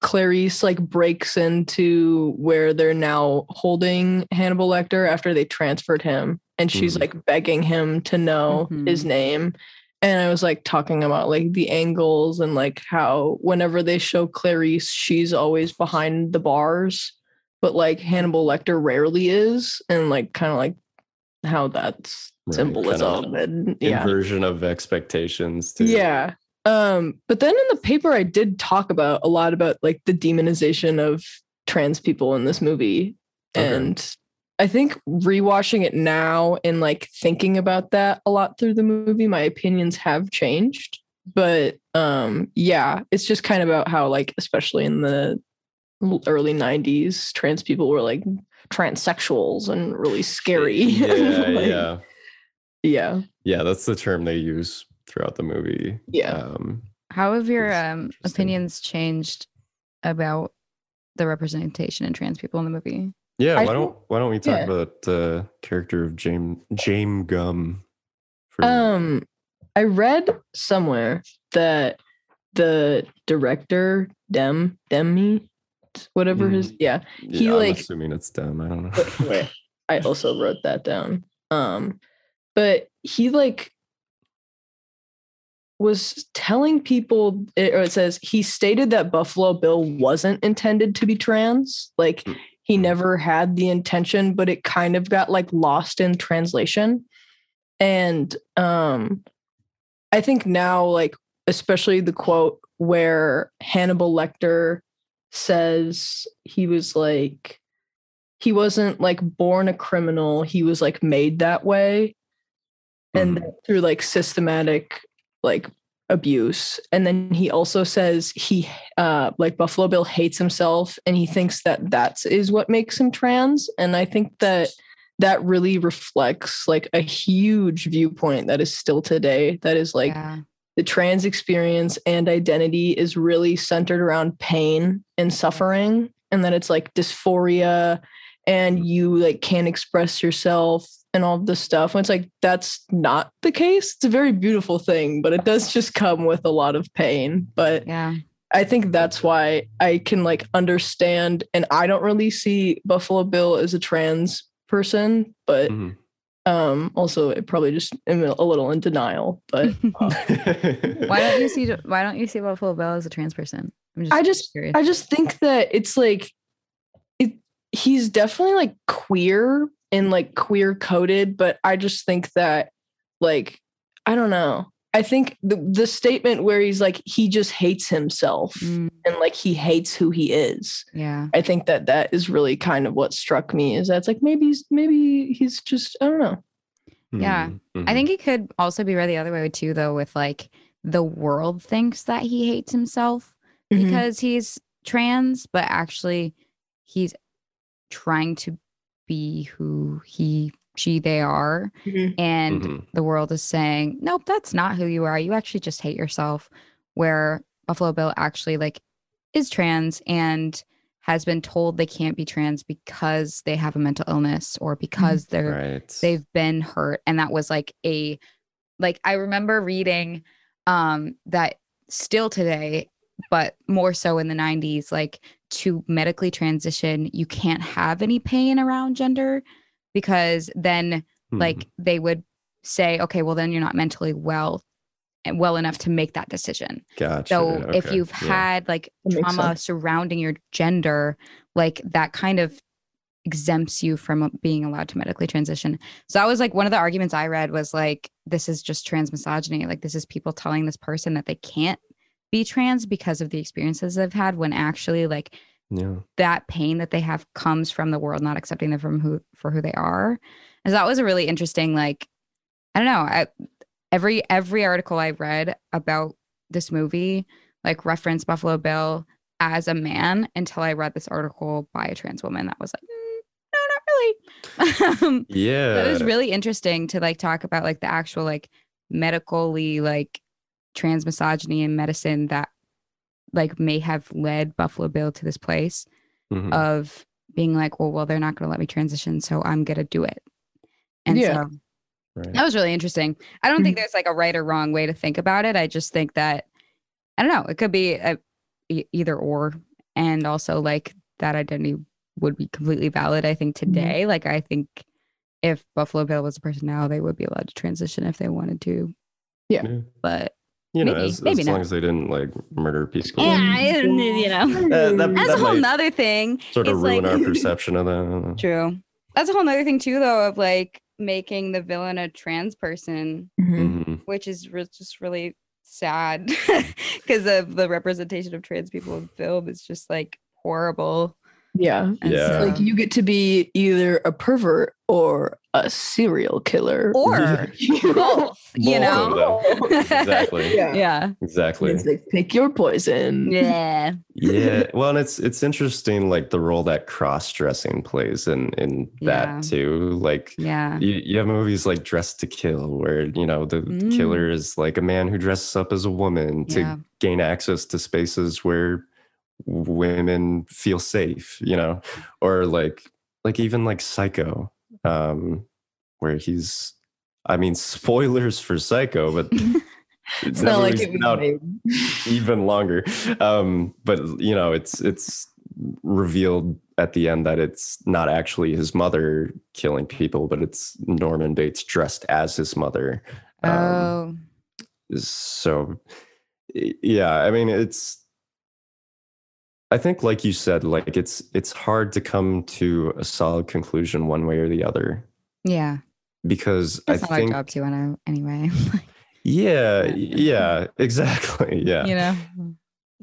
Clarice like breaks into where they're now holding Hannibal Lecter after they transferred him and she's Mhm. like begging him to know his Mhm. name and I was like talking about like the angles and like how whenever they show Clarice she's always behind the bars but like Hannibal Lecter rarely is, and like kind of like how that's Right, symbolism kinda and yeah, Inversion of expectations. Too. yeah. Um, but then in the paper, I did talk about a lot about like the demonization of trans people in this movie, Okay. and I think rewatching it now and like thinking about that a lot through the movie, my opinions have changed. But um, yeah, it's just kind of about how like especially in the early 90s trans people were like transsexuals and really scary Yeah, Like, yeah, yeah yeah. That's the term they use throughout the movie. yeah Um, How have your It's um, interesting. opinions changed about the representation in trans people in the movie? yeah. I why don't Why don't we talk yeah. about the character of James James Gum? For, um i read somewhere that the director dem demi whatever his yeah yeah, he, I'm like- assuming it's dumb. I don't But know. wait, I also wrote that down. Um, but he like was telling people, it- or it says he stated that Buffalo Bill wasn't intended to be trans. Like Mm. he never had the intention, but it kind of got like lost in translation. And um, I think now, like especially the quote where Hannibal Lecter says he was like he wasn't like born a criminal he was like made that way and Mhm. through like systematic like abuse and then he also says he uh like buffalo bill hates himself and he thinks that that is what makes him trans and i think that that really reflects like a huge viewpoint that is still today that is like yeah. the trans experience and identity is really centered around pain and suffering and that it's like dysphoria and you like can't express yourself and all this stuff and it's like that's not the case it's a very beautiful thing but it does just come with a lot of pain but yeah. I think that's why I can like understand, and I don't really see Buffalo Bill as a trans person, but Mhm. um also I probably just am a little in denial. But Mm-hmm. Why don't you see Why don't you see Buffalo Bill as a trans person? I'm just I just- curious. I just think that it's like it he's definitely like queer and like queer coded, but I just think that like I don't know. I think the the statement where he's like he just hates himself Mm, and like he hates who he is. yeah. I think that that is really kind of what struck me is that's like maybe he's maybe he's just I don't know. Yeah. Mhm. I think it could also be read the other way too, though, with like the world thinks that he hates himself Mhm. because he's trans, but actually he's trying to be who he, she, they are. Mhm. And Mhm. the world is saying, nope, that's not who you are. You actually just hate yourself. Where Buffalo Bill actually like is trans and has been told they can't be trans because they have a mental illness or because they're right. they've been hurt and that was like a like i remember reading um that still today but more so in the 90s like to medically transition you can't have any pain around gender because then Mhm. like they would say okay well then you're not mentally well and well enough to make that decision gotcha. so if okay, you've yeah. had like That makes trauma sense. surrounding your gender, like that kind of exempts you from being allowed to medically transition. So that was like one of the arguments I read was like, this is just trans misogyny. Like, this is people telling this person that they can't be trans because of the experiences they've had when actually, like, yeah. that pain that they have comes from the world not accepting them from who for who they are. And so that was a really interesting, like, I don't know. I, every every article I read about this movie like referenced Buffalo Bill as a man until I read this article by a trans woman that was like, "Mm, no, not really. um, Yeah. but it was really interesting to like talk about like the actual like medically like trans misogyny in medicine that like may have led Buffalo Bill to this place Mhm. of being like, well, well, they're not going to let me transition, so I'm going to do it. And Yeah. Mm-hmm. so right. that was really interesting. I don't think there's like a right or wrong way to think about it. I just think that I don't know. It could be a, e- either or, and also like that identity would be completely valid. I Mm-hmm. think today, like I think if Buffalo Bill was a person now, they would be allowed to transition if they wanted to. Yeah. Yeah. But You know, maybe- as, maybe as not. long as they didn't like murder people, Yeah, I- you know. That- Mm-hmm. Mm, that- that's a whole might- nother thing. sort of it's ruin like- our perception of them. True. That's a whole nother thing too, though, of like making the villain a trans person, Mhm. Mhm. which is re- just really sad because of the representation of trans people in film is just like horrible. Yeah. And Yeah. Like you get to be either a pervert or a serial killer. or both, you Both know. of them. Exactly. Yeah. Yeah. Exactly. It's like pick your poison. Yeah. yeah well and it's it's interesting like the role that cross-dressing plays in in Yeah. that too like Yeah. you, you have movies like dress to kill where you know the killer is like a man who dresses up as a woman to Mm. Yeah. gain access to spaces where women feel safe you know or like like even like psycho um where he's i mean spoilers for psycho but It's not like it it was out made. even longer. Um, but you know, it's it's revealed at the end that it's not actually his mother killing people, but it's Norman Bates dressed as his mother. Um, oh. So y- yeah, I mean, it's. I think, like you said, like it's it's hard to come to a solid conclusion one way or the other Yeah. because That's I not think our job to I know anyway. yeah Yeah. yeah exactly yeah You know?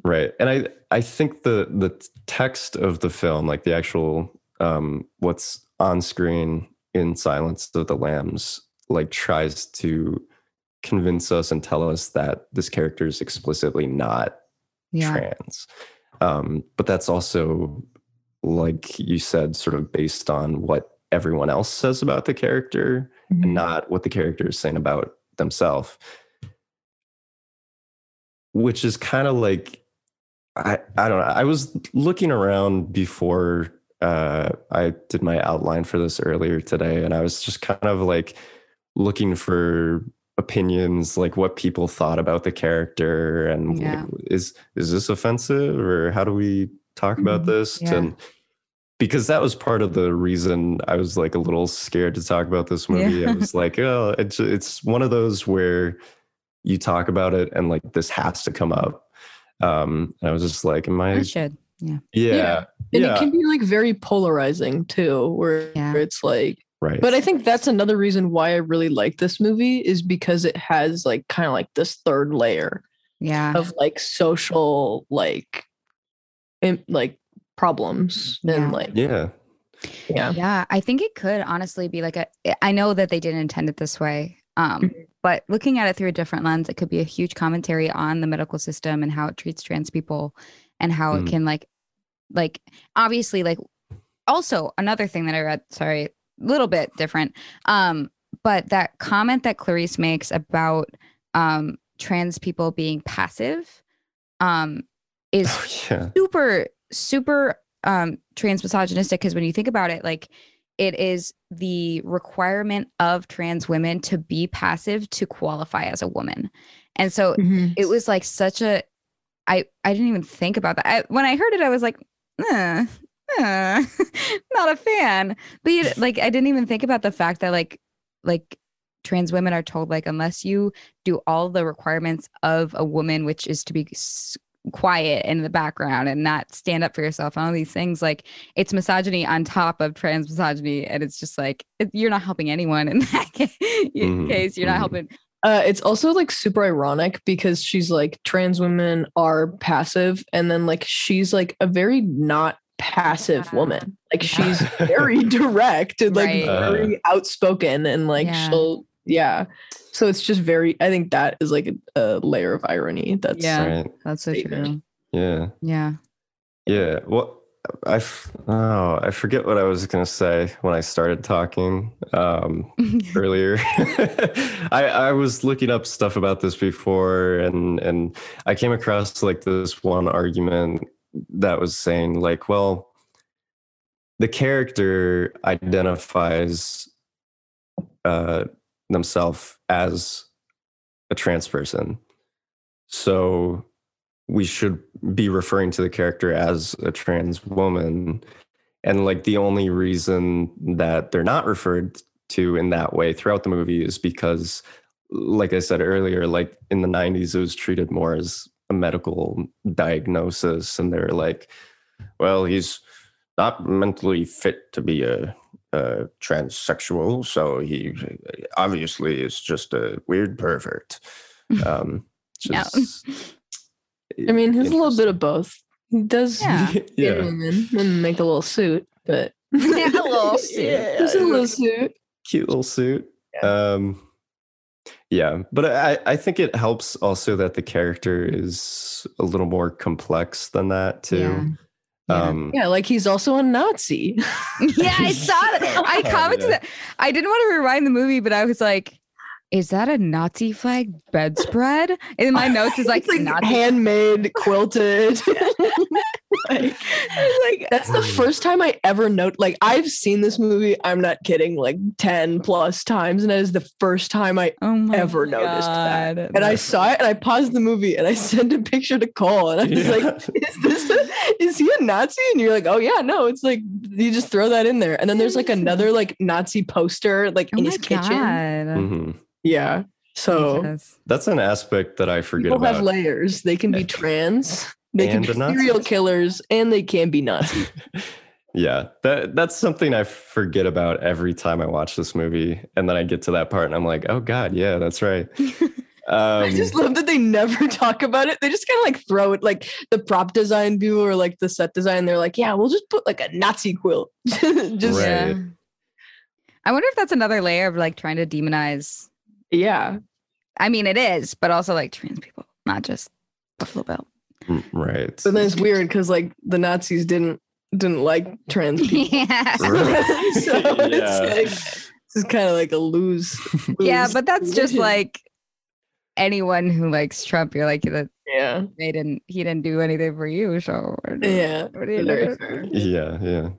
right and i i think the the text of the film like the actual um what's on screen in silence of the lambs like tries to convince us and tell us that this character is explicitly not Yeah. trans um but that's also like you said sort of based on what everyone else says about the character and not what the character is saying about themselves which is kind of like i i don't know i was looking around before uh i did my outline for this earlier today and i was just kind of like looking for opinions like what people thought about the character and like, Yeah. is is this offensive or how do we talk about Mhm. this Mm-hmm, Yeah. and because that was part of the reason I was like a little scared to talk about this movie. Yeah. I was like, oh, it's it's one of those where you talk about it and like this has to come up. Um, and I was just like, am I? I should. Yeah, And yeah, it can be like very polarizing too, where Yeah. it's like Right. But I think that's another reason why I really like this movie is because it has like kind of like this third layer Yeah. of like social like im- like problems Yeah. and like yeah. yeah. Yeah, I think it could honestly be like a. eh, I know that they didn't intend it this way, um, but looking at it through a different lens, it could be a huge commentary on the medical system and how it treats trans people, and how Mhm. it can like, like obviously like. Also, another thing that I read. Sorry, a little bit different. Um, but that comment that Clarice makes about um trans people being passive, um, is Oh, yeah. super super um trans misogynistic because when you think about it like it is the requirement of trans women to be passive to qualify as a woman and so Mhm. it was like such a i i didn't even think about that I, when i heard it i was like eh, eh, not a fan but you, like i didn't even think about the fact that like like trans women are told like unless you do all the requirements of a woman which is to be s- quiet in the background and not stand up for yourself and all these things like it's misogyny on top of trans misogyny and it's just like it, you're not helping anyone in that ca- Mhm, case you're not mhm. helping Uh, it's also like super ironic because she's like trans women are passive, and then like she's like a very not passive Yeah. woman. Like Yeah. she's very direct and like Right. Uh. very outspoken, and like Yeah. she'll yeah. So it's just very. I think that is like a, a layer of irony. That's Yeah. Right. that's so Statement. true Yeah. yeah Yeah. Well, I f- oh I forget what I was gonna say when I started talking. Um, earlier. I, I was looking up stuff about this before and and I came across like this one argument that was saying like, well, the character identifies uh, themselves as a trans person. So we should be referring to the character as a trans woman. And like the only reason that they're not referred to in that way throughout the movie is because like i said earlier like in the 90s it was treated more as a medical diagnosis and they're like well he's not mentally fit to be a, a transsexual so he obviously is just a weird pervert um Yeah. just, I mean, he's a little bit of both. He does Yeah. get yeah women and make a little suit, but Yeah, a little suit. Yeah, just a little suit. cute little suit. Um, yeah, but I, I think it helps also that the character is a little more complex than that too. Yeah. Yeah. Um, Yeah, like he's also a Nazi. yeah, I saw that. I Oh, commented yeah. that. I didn't want to rewind the movie, but I was like, is that a Nazi flag bedspread? And my notes is like, it's like Nazi. handmade quilted. Like, I was like, that's the Mm. first time I ever note. Like I've seen this movie. I'm not kidding. Like ten plus times, and that is the first time I. oh my Ever noticed that. God. And I saw it, and I paused the movie, and I sent a picture to Cole, and I was yeah. like, "Is this? A, is he a Nazi?" And you're like, "Oh yeah, no." It's like you just throw that in there, and then there's like another like Nazi poster like oh in my his kitchen. God. Mhm. Yeah. So Jesus. That's an aspect that I forget people about. have layers. They can be Yeah. trans. They And can be the Nazis. serial killers, and they can be Nazis. yeah, that that's something I forget about every time I watch this movie, and then I get to that part and I'm like, oh god, yeah, that's right. Um, I just love that they never talk about it. They just kind of like throw it, like the prop design people or like the set design. They're like, yeah, we'll just put like a Nazi quilt. just Right. Yeah. I wonder if that's another layer of like trying to demonize. yeah, I mean, it is, but also like trans people, not just Buffalo Bill. mm, right. but then it's weird because like the Nazis didn't didn't like trans people. yeah. so it's like this is kind of like a lose. Yeah, lose but that's just position. like anyone who likes Trump, you're like, that yeah, they didn't he didn't do anything for you so what do- yeah. what do you Very do? fair. yeah, yeah.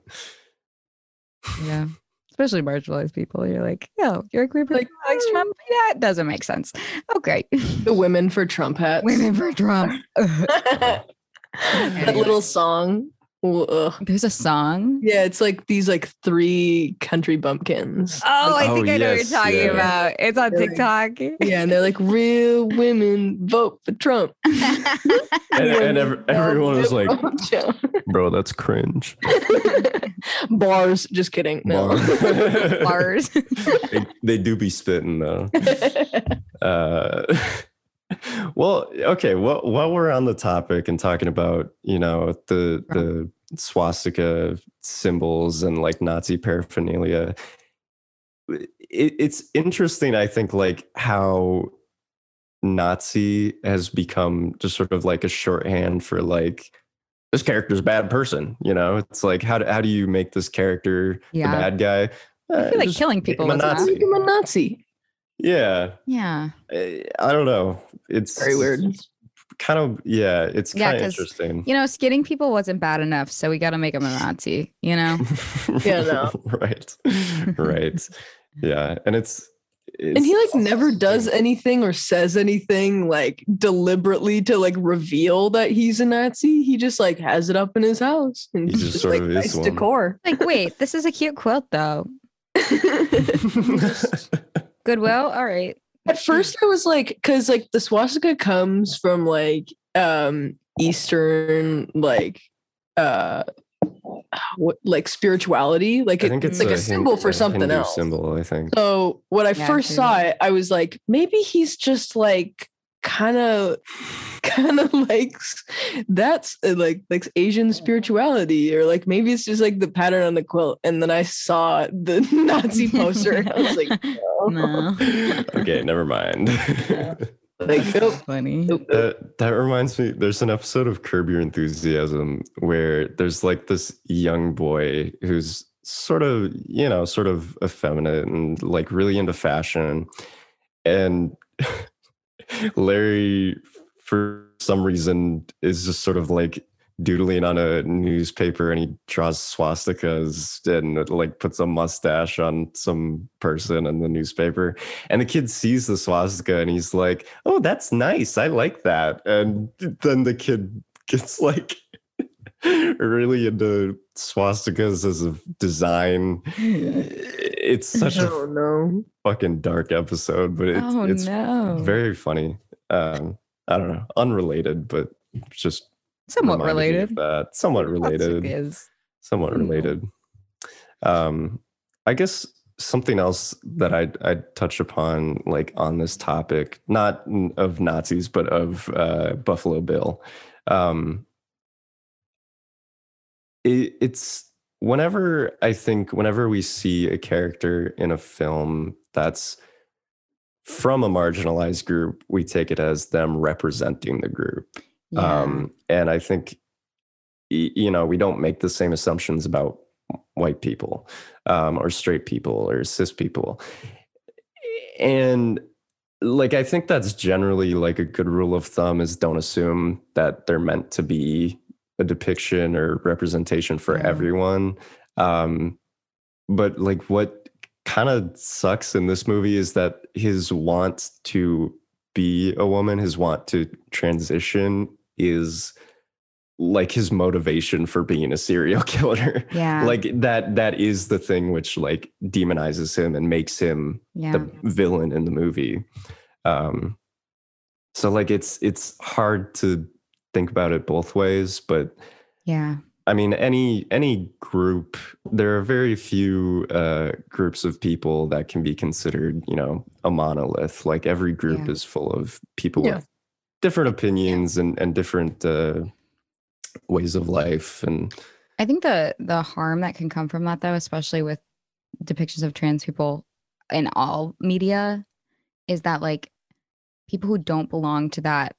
yeah especially marginalized people you're like yo you're a queer person Like, mm. who likes trump that doesn't make sense okay The women for Trump hats. women for trump Ugh. that little song. Well, ugh. There's a song. Yeah, it's like these like three country bumpkins. Oh, I Oh, think I know yes, what you're talking yeah. about. It's on Really? TikTok. Yeah, and they're like real women vote for Trump. And, and ev- everyone was like, "Oh." Yeah. bro, that's cringe. bars. Just kidding. No. Bar. Bars. they, they do be spitting though. Uh, well, okay. Well, while we're on the topic and talking about, you know, the the swastika symbols and like Nazi paraphernalia, it, it's interesting. I think like how Nazi has become just sort of like a shorthand for like this character's a bad person. You know, it's like how do, how do you make this character Yeah. the bad guy? I Uh, feel like just killing make him people a is not. Nazi. Make him a Nazi. Yeah, Yeah. I Eh, I don't know. It's Very weird. Kind of yeah. It's Yeah, kind of 'cause- interesting. You know, skidding people wasn't bad enough, so we got to make them a Nazi, you know? Yeah, no. right. Right. yeah, and it's, it's and he like never does anything or says anything like deliberately to like reveal that he's a Nazi. He just like has it up in his house and He it's just just sort like of is nice one. decor. Like, wait, this is a cute quilt, though. Goodwill? All right. At first, I was like, because like the swastika comes from like um Eastern like uh what like spirituality, like I it, think it's like a, Hin- symbol for a something Hindu else. Symbol, I think. So when I Yeah, I first agree. saw it, I was like, maybe he's just like kind of kind of like s- that's uh, like like Asian spirituality or like maybe it's just like the pattern on the quilt. And then I saw the Nazi poster. and I was like, no. no. okay, never mind. like That's nope. funny. nope, nope. That, that reminds me, there's an episode of Curb Your Enthusiasm where there's like this young boy who's sort of, you know, sort of effeminate and like really into fashion. And Larry, for some reason, is just sort of like doodling on a newspaper and he draws swastikas and like puts a mustache on some person in the newspaper. And the kid sees the swastika and he's like, "Oh, that's nice. I like that." And then the kid gets like really into swastikas as a design. It's such I a don't know. fucking dark episode, but it's oh, it's no. very funny. Um, I don't know, unrelated, but just Somewhat reminded me of related. That somewhat Lots related, of is. somewhat Mm. related. Um, I guess something else that I I touched upon, like on this topic, not n- of Nazis, but of uh, Buffalo Bill. Um, it, it's whenever I think whenever we see a character in a film that's from a marginalized group, we take it as them representing the group. Yeah. Um, and I think, y- you know, we don't make the same assumptions about white people um, or straight people or cis people. And like, I think that's generally like a good rule of thumb is don't assume that they're meant to be a depiction or representation for Yeah. everyone. Um, but like, what kind of sucks in this movie is that his want to be a woman, his want to transition is like his motivation for being a serial killer. yeah. like that that is the thing which like demonizes him and makes him yeah. the villain in the movie. Um so like it's it's hard to think about it both ways, but yeah. I mean, any any group. There are very few uh, groups of people that can be considered, you know, a monolith. Like every group Yeah. is full of people Yeah. with different opinions and and different uh, ways of life. And I think the the harm that can come from that though, especially with depictions of trans people in all media, is that like people who don't belong to that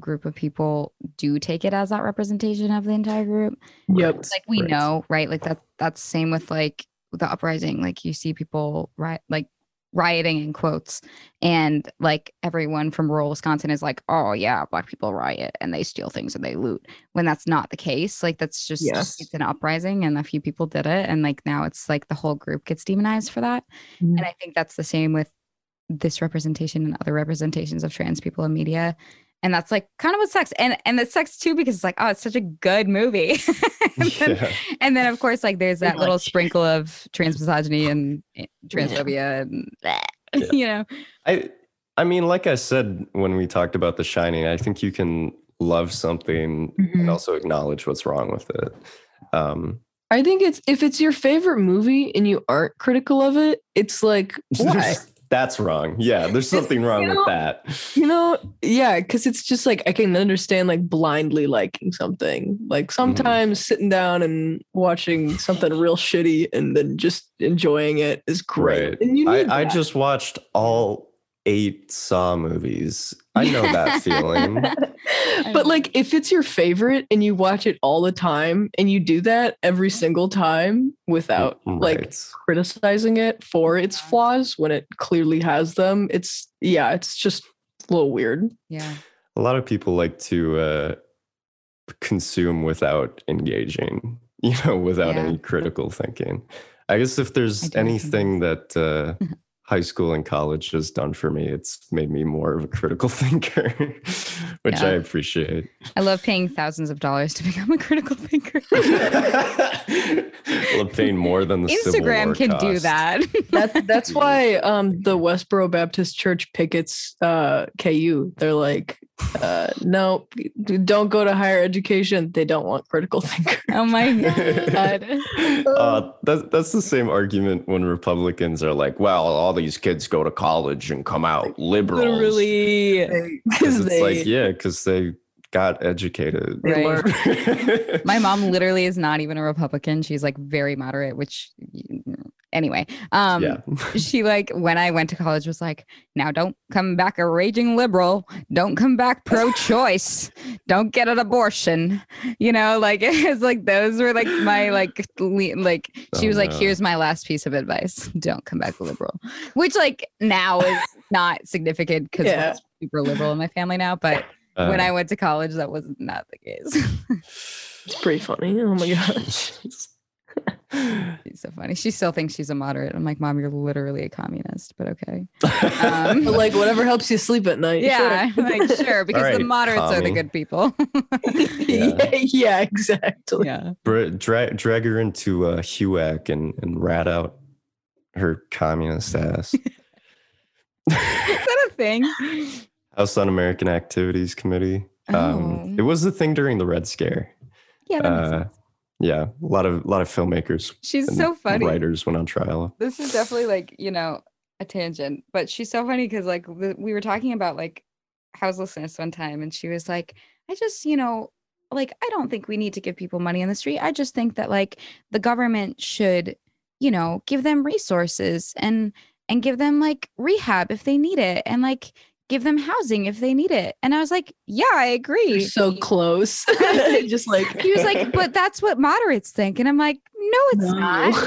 group of people do take it as that representation of the entire group. Yep. Right, Like we right. know, right? Like that that's same with like the uprising. Like you see people riot like rioting in quotes and like everyone from rural Wisconsin is like, oh yeah, black people riot and they steal things and they loot when that's not the case. Like that's just Yes. it's an uprising and a few people did it. And like now it's like the whole group gets demonized for that. Mm. And I think that's the same with this representation and other representations of trans people in media and that's like kind of what sucks and and it sucks too because it's like oh it's such a good movie and, then, Yeah. and then, of course like there's that little Much. sprinkle of trans misogyny and eh, transphobia and you know I I mean, like I said when we talked about The Shining, I think you can love something Mm-hmm. and also acknowledge what's wrong with it. Um, I think it's if it's your favorite movie and you aren't critical of it, it's like why? there's- That's wrong. Yeah, there's something wrong know- with that. you know, yeah, because it's just like I can understand like blindly liking something. Mm-hmm. Like sometimes sitting down and watching something real shitty and then just enjoying it is great. Right. And you need I, I that. just watched all eight Saw movies. I know that feeling. but like if it's your favorite and you watch it all the time and you do that every single time without like Mm, Right. criticizing it Oh for its flaws when it clearly has them, it's yeah, it's just a little weird. yeah a lot of people like to uh, consume without engaging, you know, without Yeah. any critical thinking. I guess if I there's do Mm-hmm. like anything that uh, high school and college has done for me, it's made me more of a critical thinker, which Yeah. I appreciate. i love paying thousands of dollars to become a critical thinker Well, paying more than the Civil War instagram can do cost. that That, that's why um, the Westboro Baptist Church pickets uh, KU. They're like, uh, no, d- don't go to higher education. They don't want critical thinkers. oh my god Uh, that's that's the same argument when Republicans are like, "Well, all these kids go to college and come out liberals." Literally, Because because it's they, like, yeah, because they got educated. Right. they learn. My mom literally is not even a Republican. She's like very moderate, which anyway. Um yeah. she like when I went to college was like, now don't come back a raging liberal. Don't come back pro-choice. don't get an abortion. You know, like it's like those were like my like le- like she Oh, was like, no. here's my last piece of advice. Don't come back liberal. Which like now is not significant because Yeah. we're super liberal in my family now. But uh, when I went to college, that was not the case. It's pretty funny. Oh my gosh. I, She's so funny. She still thinks she's a moderate. I'm like, Mom, you're literally a communist, but okay. Um, But like whatever helps you sleep at night. Yeah, I'm like sure, because the right, moderates are the commie. good people. sure. yeah. yeah, exactly. yeah. Bra- dra- drag her into uh, HUAC and and rat out her communist ass. Is that a thing? House on American Activities Committee. Um, Oh. It was a thing during the Red Scare. Yeah, that makes uh, sense. Yeah, a lot of a lot of filmmakers, She's and so funny. writers went on trial. This is definitely like, you know, a tangent, but she's so funny because like th- we were talking about like houselessness one time and she was like, I just, you know, like I don't think we need to give people money on the street. I just think that like the government should, you know, give them resources and and give them like rehab if they need it and like give them housing if they need it. And I was like, yeah, I You're agree. so close. just like he was like, but that's what moderates think. And I'm like, no, it's not no.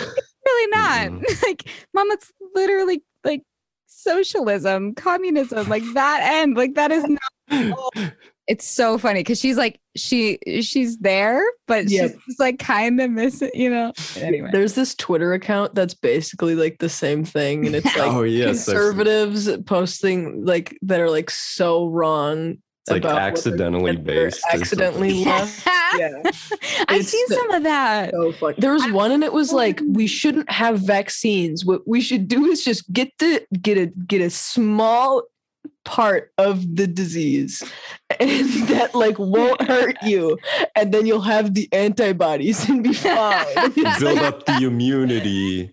really not. Mhm. like, mom, it's literally like socialism, communism, like that end. Like that is not. It's so funny because she's like she she's there, but Yep. she's just like kind of missing, you know. Anyway, There's this Twitter account that's basically like the same thing, and it's like oh yes, I've seen- conservatives posting like that are like so wrong. it's like about what they're- accidentally that they're based. or something. accidentally- left. Yeah, I've It's seen the- some of that. so funny. There was one, and it was like we shouldn't have vaccines. What we should do is just get the get a get a small part of the disease, and that like won't hurt you, and then you'll have the antibodies and be fine. It's Build like, up the immunity.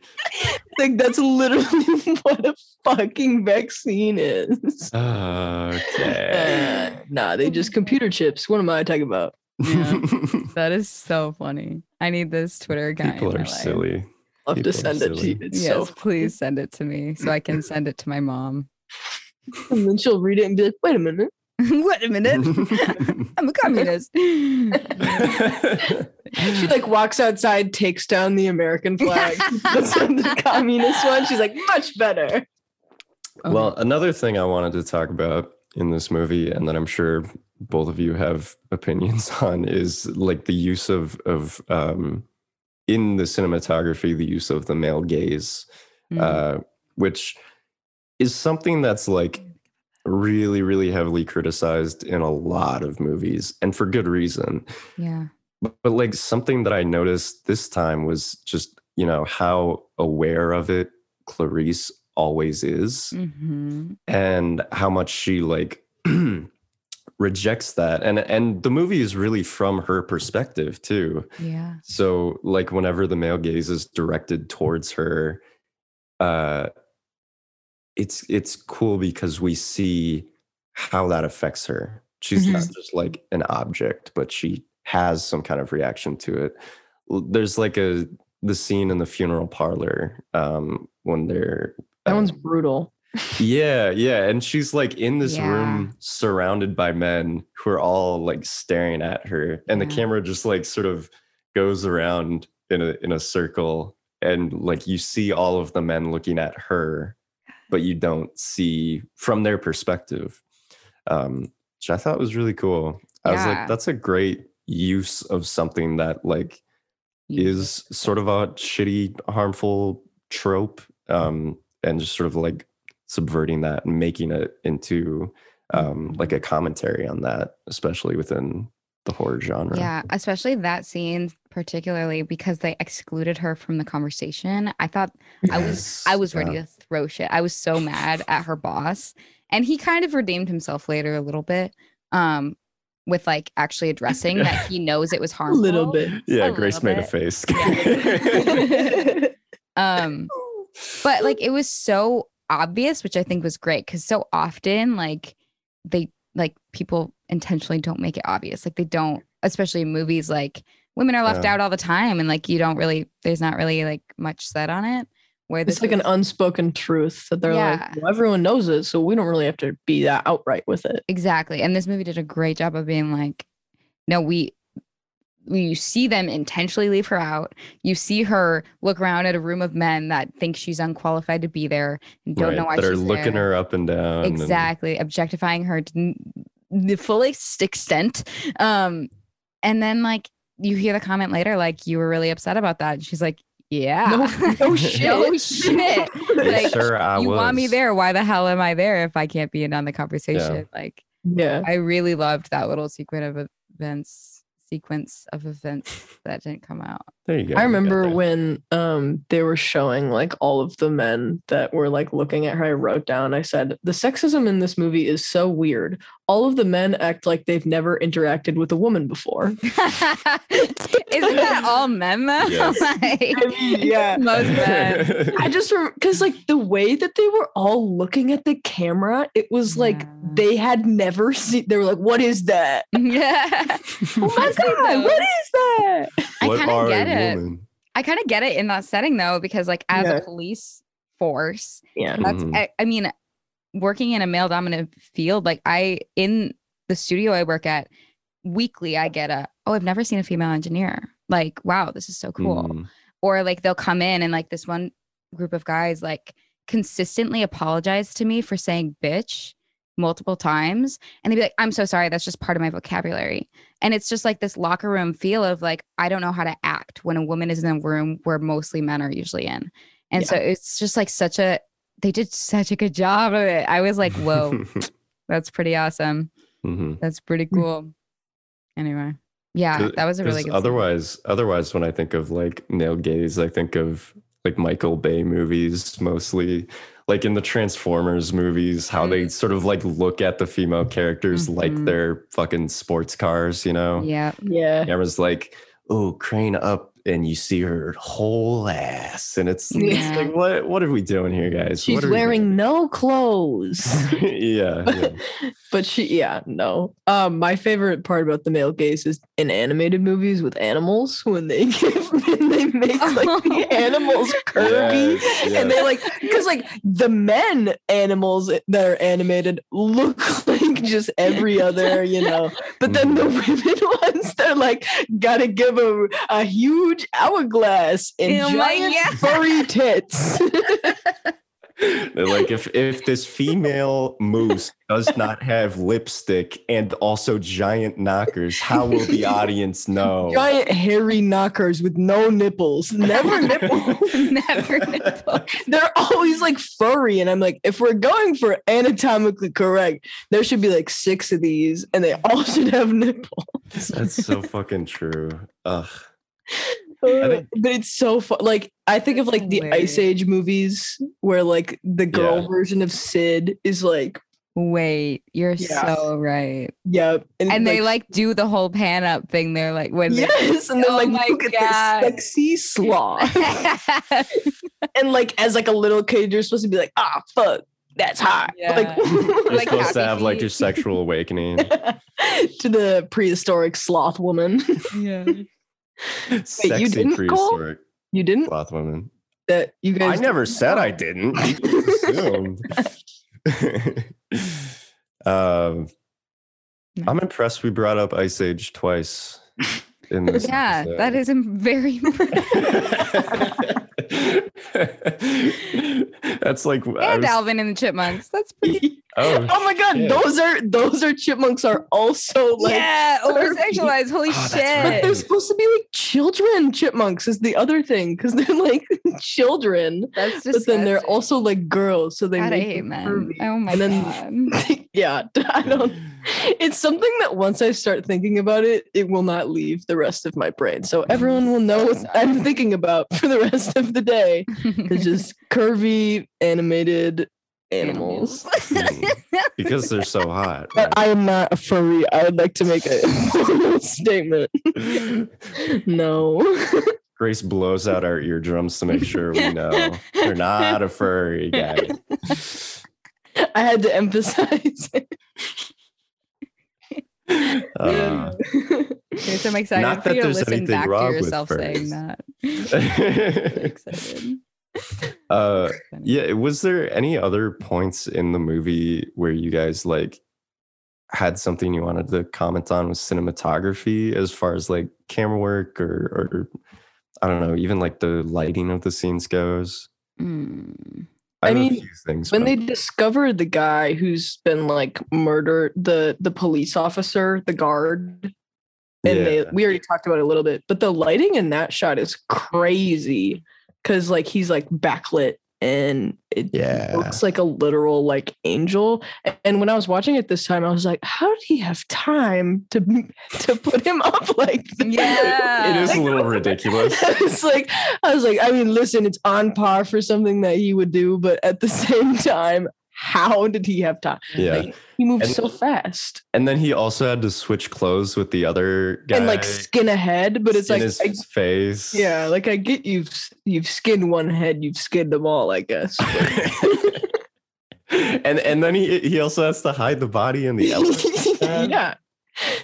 like that's literally what a fucking vaccine is. Okay. Uh, nah, they just computer chips. What am I talking about? Yeah. That is so funny. I need this Twitter guy. in People my are life. silly. I'll have to People are send it to silly. you. It's yes, so please send it to me so I can send it to my mom. and then she'll read it and be like, wait a minute. Wait a I'm a communist. She like walks outside, takes down the American flag, puts on the communist one. She's like, much better. Oh, Well, another thing I wanted to talk about in this movie, and that I'm sure both of you have opinions on, is like the use of of um, in the cinematography, the use of the male gaze, Mm. uh, which is something that's like really, really heavily criticized in a lot of movies and for good reason. Yeah. But, but like something that I noticed this time was just, you know, how aware of it Clarice always is Mhm. and how much she like rejects that. And and the movie is really from her perspective too. Yeah. So like whenever the male gaze is directed towards her, uh it's it's cool because we see how that affects her. She's not Mm-hmm. just like an object, but she has some kind of reaction to it. L- There's like a the scene in the funeral parlor um when they're That uh, one's brutal. yeah, yeah. And she's like in this Yeah. room surrounded by men who are all like staring at her. And the Yeah. camera just like sort of goes around in a in a circle and like you see all of the men looking at her, but you don't see from their perspective. Um, which I thought was really cool. I was Yeah. like, that's a great use of something that like is sort of a shitty, harmful trope, um, and just sort of like subverting that and making it into um, like a commentary on that, especially within the horror genre. Yeah, especially that scene particularly because they excluded her from the conversation. I thought I was I Yes, was ready yeah. to throw shit. I was so mad at her boss. And he kind of redeemed himself later a little bit. Um with like actually addressing that he knows it was A harmful. little bit. Yeah, A Grace little made a bit. face. Um but like it was so obvious which i think was great because so often like they like people intentionally don't make it obvious like they don't especially in movies like women are left Yeah. out all the time and like you don't really there's not really like much said on it where this it's like an unspoken truth that they're Yeah. like, well, everyone knows it, so we don't really have to be that outright with it. exactly and this movie did a great job of being like no we you see them intentionally leave her out you see her look around at a room of men that think she's unqualified to be there and don't know why that are she's looking there. her up and down. and- exactly objectifying her to n- the fullest extent um and then like you hear the comment later like you were really upset about that and she's like yeah No, no shit. Ah. No shit. Yes, Like, sir, I you want me was. there why the hell am i there if i can't be in on the conversation like yeah. i really loved that little sequence of events sequence of events that didn't come out There you go. I remember when. when um they were showing like all of the men that were like looking at her. I wrote down, I said, the sexism in this movie is so weird. All of the men act like they've never interacted with a woman before. isn't that all men though Yes. Like, I mean, yeah. most men I just because like the way that they were all looking at the camera, it was like Yeah. they had never seen. They were like, "What is that? yeah Oh my I've seen god, those. what is that?" I What kinda are a get it. woman? I kind of get it in that setting though, because like as Yeah. a police force, Yeah, that's Mhm. I, I mean, working in a male dominant field, like I in the studio I work at, weekly I get a oh I've never seen a female engineer. Like wow, this is so cool. Mhm. Or like they'll come in and like this one group of guys like consistently apologize to me for saying bitch multiple times and they'd be like i'm so sorry that's just part of my vocabulary and it's just like this locker room feel of like i don't know how to act when a woman is in a room where mostly men are usually in and so it's just like such a they did such a good job of it i was like whoa that's pretty awesome Mhm. that's pretty cool anyway yeah that was a really 'Cause good scene. Otherwise, otherwise, when I think of like male gaze, I think of like Michael Bay movies mostly, like in the Transformers movies, how Mm-hmm. they sort of like look at the female characters like Mhm. they're fucking sports cars, you know? yeah yeah. Cameras like, oh, crane up, and you see her whole ass, and it's, Yeah. it's like, what what are we doing here, guys? She's What are we doing? wearing no clothes. yeah, yeah. but she, yeah, no. Um, my favorite part about the male gaze is in animated movies with animals when they give when they make like the animals curvy. Yes, And yes. they like, because like the men animals that are animated look like just every other, you know. But then the Mm-hmm. women ones, they're like, gotta give a, a huge hourglass and Oh my giant God. furry tits. They're like if if this female moose does not have lipstick and also giant knockers, how will the audience know? Giant hairy knockers with no nipples. Never nipples. Never nipple. They're always like furry. And I'm like, if we're going for anatomically correct, there should be like six of these and they all should have nipples. That's so fucking true. Ugh. Uh, but it's so fun. Like I think of like the Ice Age movies where like the girl Yeah. version of Sid is like Wait, you're Yeah. so right. yeah, And they like do the whole pan up thing. They're like, when they- yes, and they're Oh like my look God. at this sexy sloth, and like as like a little kid, you're supposed to be like ah fuck that's hot, Yeah. You're Like supposed to happy have like feet. your sexual awakening. like to the prehistoric sloth woman. yeah. Sexy didn't, Cole? prehistoric you didn't sloth woman. that you I guys never said I didn't. You just assumed. um, I'm impressed we brought up Ice Age twice in this. Yeah, that is im- very impressive. is. That's like I and was- Alvin and the Chipmunks. That's pretty. oh, Oh my god, shit. those are those are chipmunks are also like yeah, over sexualized. Holy Oh, that's But shit. right. they're supposed to be like children chipmunks is the other thing because they're like children, That's but then they're disgusting. also like girls, so they God, I make hate them men. curvy. Oh my And god. yeah, I don't. It's something that once I start thinking about it, it will not leave the rest of my brain. So everyone will know what I'm thinking about for the rest of the day. It's just curvy animated animals. because they're so hot. But I am not a furry. I would like to make a formal statement. No. Grace blows out our eardrums to make sure we know they're not a furry guy. I had to emphasize it. Uh, Okay, so I'm excited Not for that you to there's listen anything back to wrong with yourself birds. saying that. I'm excited. uh, yeah. Was there any other points in the movie where you guys like had something you wanted to comment on with cinematography, as far as like camera work or, or I don't know, even like the lighting of the scenes goes? Mm. I, I have mean, a few things. when but- they discover the guy who's been like murdered the the police officer the guard and they we already talked about it a little bit but the lighting in that shot is crazy because like he's like backlit and it Yeah. looks like a literal like angel and when i was watching it this time i was like how did he have time to to put him up like that? Yeah. it is a little ridiculous. it's like I was like, I mean, listen, it's on par for something that he would do, but at the same time, how did he have time? Yeah. Like, he moved And- so fast And then he also had to switch clothes with the other guy. and like skin ahead, but it's in like, his I, face. yeah, like I get you've you've skinned one head, you've skinned them all, I guess. and and then he he also has to hide the body in the elevator. yeah.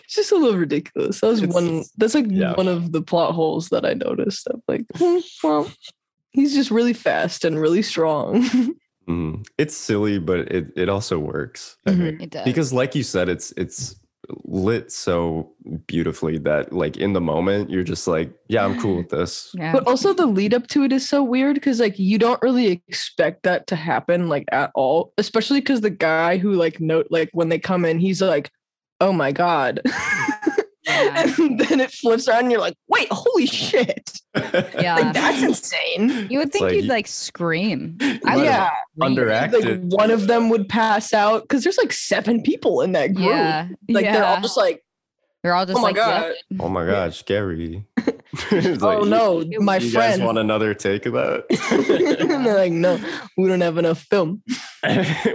It's just a little ridiculous. That was It's- one that's like yeah. one of the plot holes that I noticed. I'm like, hmm, well, he's just really fast and really strong. Mhm. It's silly, but it it also works. I Mhm. think. It does. Because like you said, it's it's lit so beautifully that like in the moment you're just like, yeah, I'm cool with this. yeah. But also the lead up to it is so weird because like you don't really expect that to happen like at all, especially because the guy who like note like when they come in, he's like, "Oh my god," Yeah. and then it flips around and you're like, "Wait, holy shit! Yeah. Like that's insane." you would It's think like you'd you- like scream. I would yeah, scream. like Underacted. one of them would pass out because there's like seven people in that group. Yeah. Like yeah. they're all just like, They're all just "Oh my like, yeah. god, Oh my gosh, scary. It's like, oh you- no, my you friend." guys want another take of that? and they're like, "No, we don't have enough film."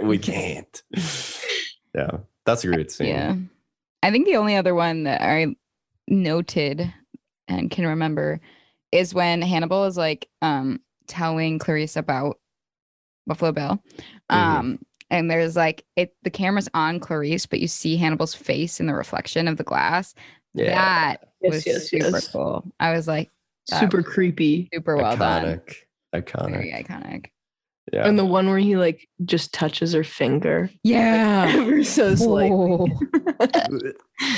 we can't. Yeah, that's a great scene. Yeah. I think the only other one that I noted and can remember is when Hannibal is like um telling Clarice about Buffalo Bill. Mm-hmm. Um and there's like it the camera's on Clarice, but you see Hannibal's face in the reflection of the glass. yeah. That was super cool. I was like that super was creepy. super well done. iconic, iconic. Very iconic. Yeah, And the one where he like just touches her finger Yeah. ever so slightly.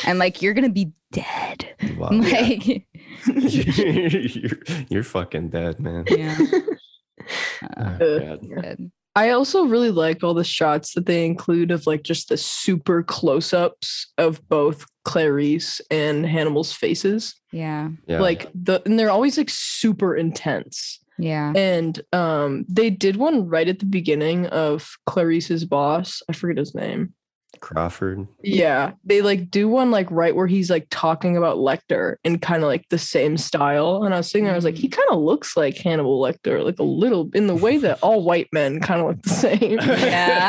and like you're gonna be dead. Wow. Like you're, you're fucking dead, man. yeah. Oh, Uh, Uh, God. good. I also really like all the shots that they include of like just the super close ups of both Clarice and Hannibal's faces. Yeah. Yeah. Like the and they're always like super intense. Yeah. And um they did one right at the beginning of Clarice's boss. I forget his name. Crawford. Yeah. They like do one like right where he's like talking about Lecter in kind of like the same style. And I was sitting there, I was like, he kind of looks like Hannibal Lecter, like a little in the way that all white men kind of look the same.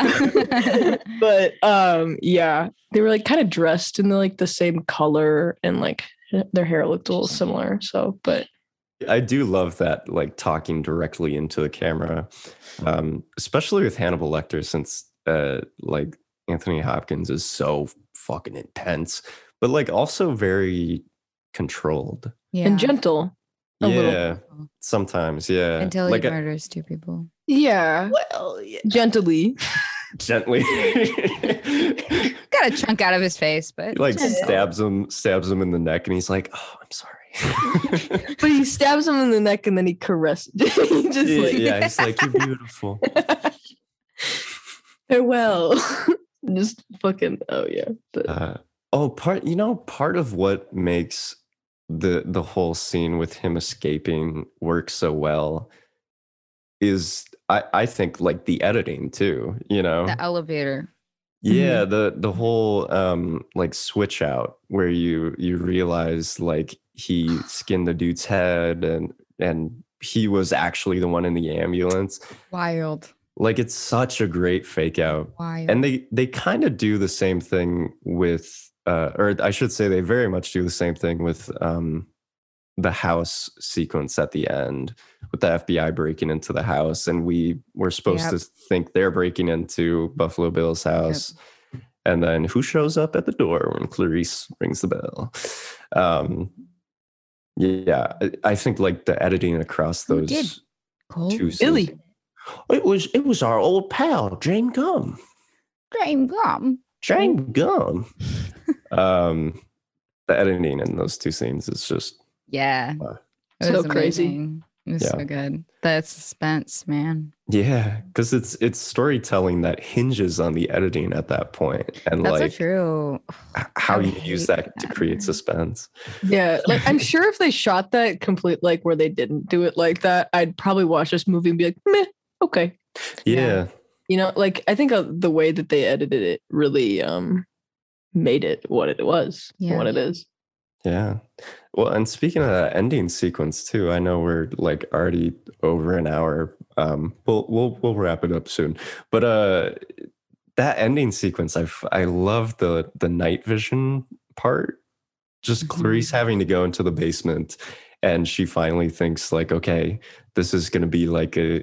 Yeah. but um yeah, they were like kind of dressed in the, like the same color and like their hair looked a little similar. So, but I do love that, like talking directly into the camera, um, especially with Hannibal Lecter, since uh, like Anthony Hopkins is so fucking intense, but like also very controlled. yeah. and gentle. A yeah, little. sometimes, yeah. Until he like a- murders two people. Yeah. well, yeah, Gently. gently, Got a chunk out of his face, but He, like uh, gentle. stabs him, stabs him in the neck, and he's like, "Oh, I'm sorry." But he stabs him in the neck and then he caresses. he just yeah, like yeah, he's like, "You're beautiful." farewell. just fucking oh yeah. But- uh, oh part you know part of what makes the the whole scene with him escaping work so well is i i think like the editing too you know the elevator. yeah the the whole um like switch out where you you realize like he skinned the dude's head and and he was actually the one in the ambulance Wild. like it's such a great fake out Wild. and they they kind of do the same thing with uh or i should say they very much do the same thing with um the house sequence at the end with the fbi breaking into the house and we were supposed Yep. to think they're breaking into buffalo bill's house and then who shows up at the door when clarice rings the bell um yeah I- i think like the editing across Who did? those Cold. two scenes- Billy. it was it was our old pal jane gum Graham Gum. Chewing gum. um, the editing in those two scenes is just Yeah. Wow. It So was crazy. amazing. It was Yeah. so good. That suspense, man. yeah, because it's it's storytelling that hinges on the editing at that point, and That's like so true. h- how I you use hate that to that. create suspense. Yeah, like I'm sure if they shot that complete like where they didn't do it like that, I'd probably watch this movie and be like, meh, okay. Yeah, Yeah. You know, like I think uh, the way that they edited it really um made it what it was, and Yeah. what it is. yeah. Well, and speaking of that ending sequence too, I know we're like already over an hour. Um, we'll we'll we'll wrap it up soon, but uh, that ending sequence, I f- I love the the night vision part. Just Mm-hmm. Mhm. Clarice having to go into the basement, and she finally thinks like, okay, this is gonna be like a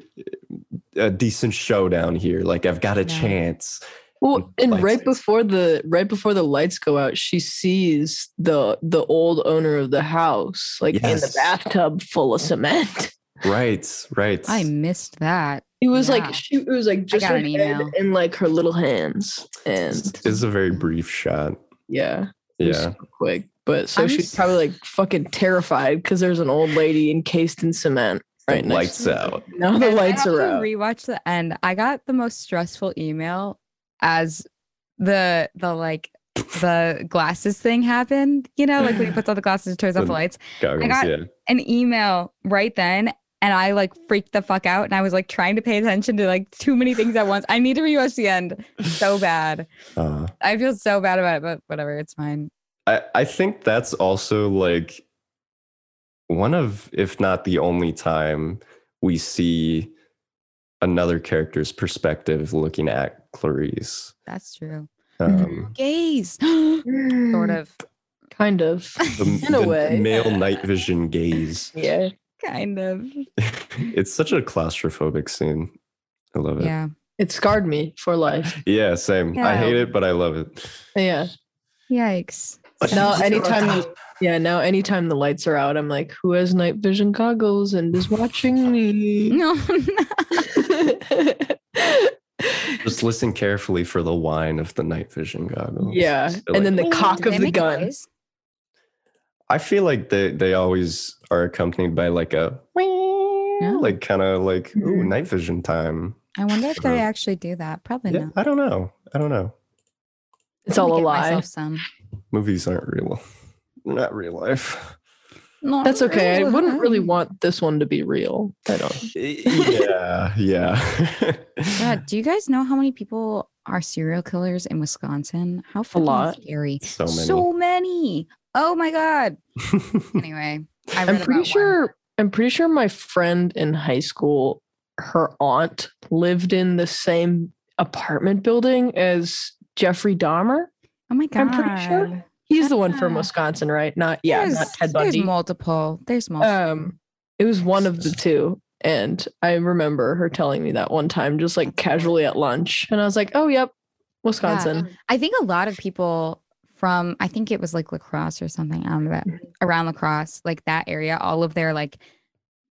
a decent showdown here. Like I've got a Right. chance. Well, And and lights right out. before the right before the lights go out, she sees the the old owner of the house like in the Yes. bathtub full of cement. Right, right. I missed that. It was Yeah. like she it was like just got her an head email. and like her little hands and It's a very brief shot. yeah, it was Yeah. super quick. But so I'm she's s- probably like fucking terrified because there's an old lady encased in cement right The next. lights out. Now the And lights I have are to out. Rewatch the end. I got the most stressful email as the the like the glasses thing happened. You know, like when he puts on the glasses, and turns off The- the lights. Goggles, got- yeah. An email right then. And I like freaked the fuck out, and I was like trying to pay attention to like too many things at once. I need to rewatch the end so bad. Uh, I feel so bad about it, but whatever, it's fine. I, I think that's also like one of, if not the only time we see another character's perspective looking at Clarice. That's true. Mm-hmm. Um, Gaze, sort of, kind of. the, In a the way. male night vision gaze. Yeah. kind of. it's such a claustrophobic scene. I love it. Yeah, Yeah, It scarred me for life. same. I Yeah. hate it, but I love it. Yeah. yikes. No, anytime you, yeah, now anytime the lights are out, I'm like, who has night vision goggles and is watching me? No, Just listen carefully for the whine of the night vision goggles. yeah. They're like, "Oh, And then the cock Do of they the make a gun. noise? I feel like they they always are accompanied by like a like kind of like ooh Mhm. Mm-hmm. night vision time. I wonder if they Uh, actually do that. Probably Yeah, not. I don't know. I don't know. It's I'm all gonna a get lie. myself Some. Movies aren't real. They're not real life. Not That's okay. I really. wouldn't really want this one to be real. I don't. yeah, yeah. God, do you guys know how many people are serial killers in Wisconsin? How fucking lot. scary. so many. So many. Oh my god. Anyway, I read I'm about pretty one. sure. I'm pretty sure my friend in high school, her aunt lived in the same apartment building as Jeffrey Dahmer. Oh my god. I'm pretty sure. He's the one from Ah. Wisconsin, right? Not yeah, there's, not there's Ted Bundy. multiple. There's multiple. Um, it was one of the two. And I remember her telling me that one time, just like casually at lunch. And I was like, oh, yep, Wisconsin. I think a lot of people from I think it was like lacrosse or something um, that, Mm-hmm. around lacrosse, like that area, all of their like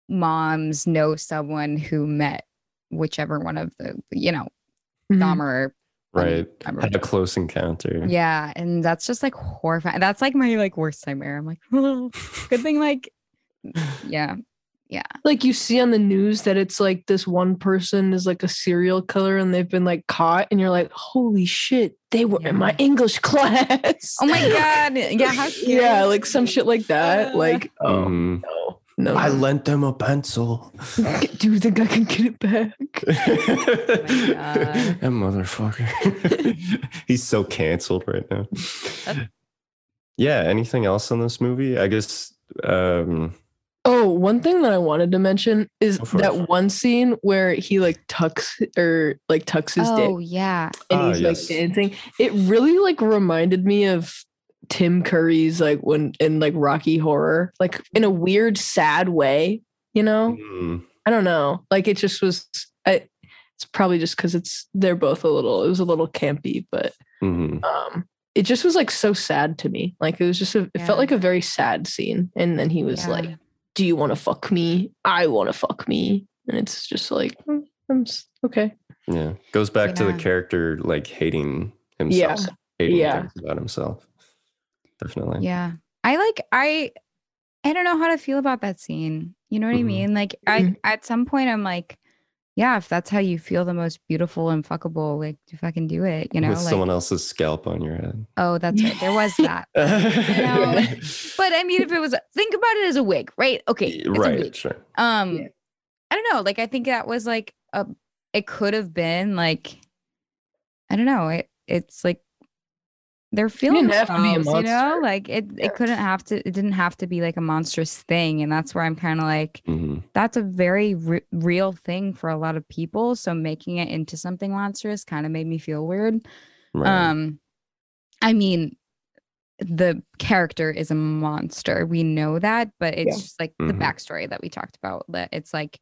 moms know someone who met whichever one of the you know Mhm. Dahmer. right. I'm- Had a close encounter. Yeah, and that's just like horrifying. That's like my like worst nightmare. I'm like, good thing like, yeah, Like you see on the news that it's like this one person is like a serial killer and they've been like caught, and you're like, holy shit, they were in my English class. Oh my god. Yeah, how scary. Uh. yeah, like some shit like that. Like, oh, Mhm. no, no. I lent them a Oh pencil. Do you think I can get it back? that motherfucker. He's so canceled right now. yeah. Anything else on this movie? I guess. Um, Oh, one thing that I wanted to mention is Go for that it. one scene where he like tucks or like tucks his Oh dick yeah. and ah, he's yes. like dancing. It really like reminded me of Tim Curry's like when in like Rocky Horror, like in a weird, sad way. You know, mm, I don't know. Like it just was. I, it's probably just because it's they're both a little. It was a little campy, but mhm. um, it just was like so sad to me. Like it was just a. It Yeah. felt like a very sad scene, and then he was Yeah. like do you want to fuck me? I want to fuck me. And it's just like, mm, I'm s- okay. Yeah. Goes back to the Yeah. character like hating himself, Yeah. hating Yeah. things about himself. Definitely. Yeah. I like I I don't know how to feel about that scene. You know what I Mhm. mean? Like I Mhm. at some point I'm like, yeah, if that's how you feel the most beautiful and fuckable, like you fucking do it, you know? With like someone else's scalp on your head. oh, that's right. There was that. know, But I mean if it was think about it as a wig, right? Okay. it's a wig. right. Sure. um Yeah. i don't know like i think that was like a it could have been like i don't know it it's like they're feeling have to be a themselves, you know monster. like it Yeah. it couldn't have to it didn't have to be like a monstrous thing and that's where i'm kind of like Mhm. that's a very re- real thing for a lot of people so making it into something monstrous kind of made me feel weird Right. um, I mean, the character is a monster. We know that, but it's Yeah. just like Mhm. the backstory that we talked about. That it's like,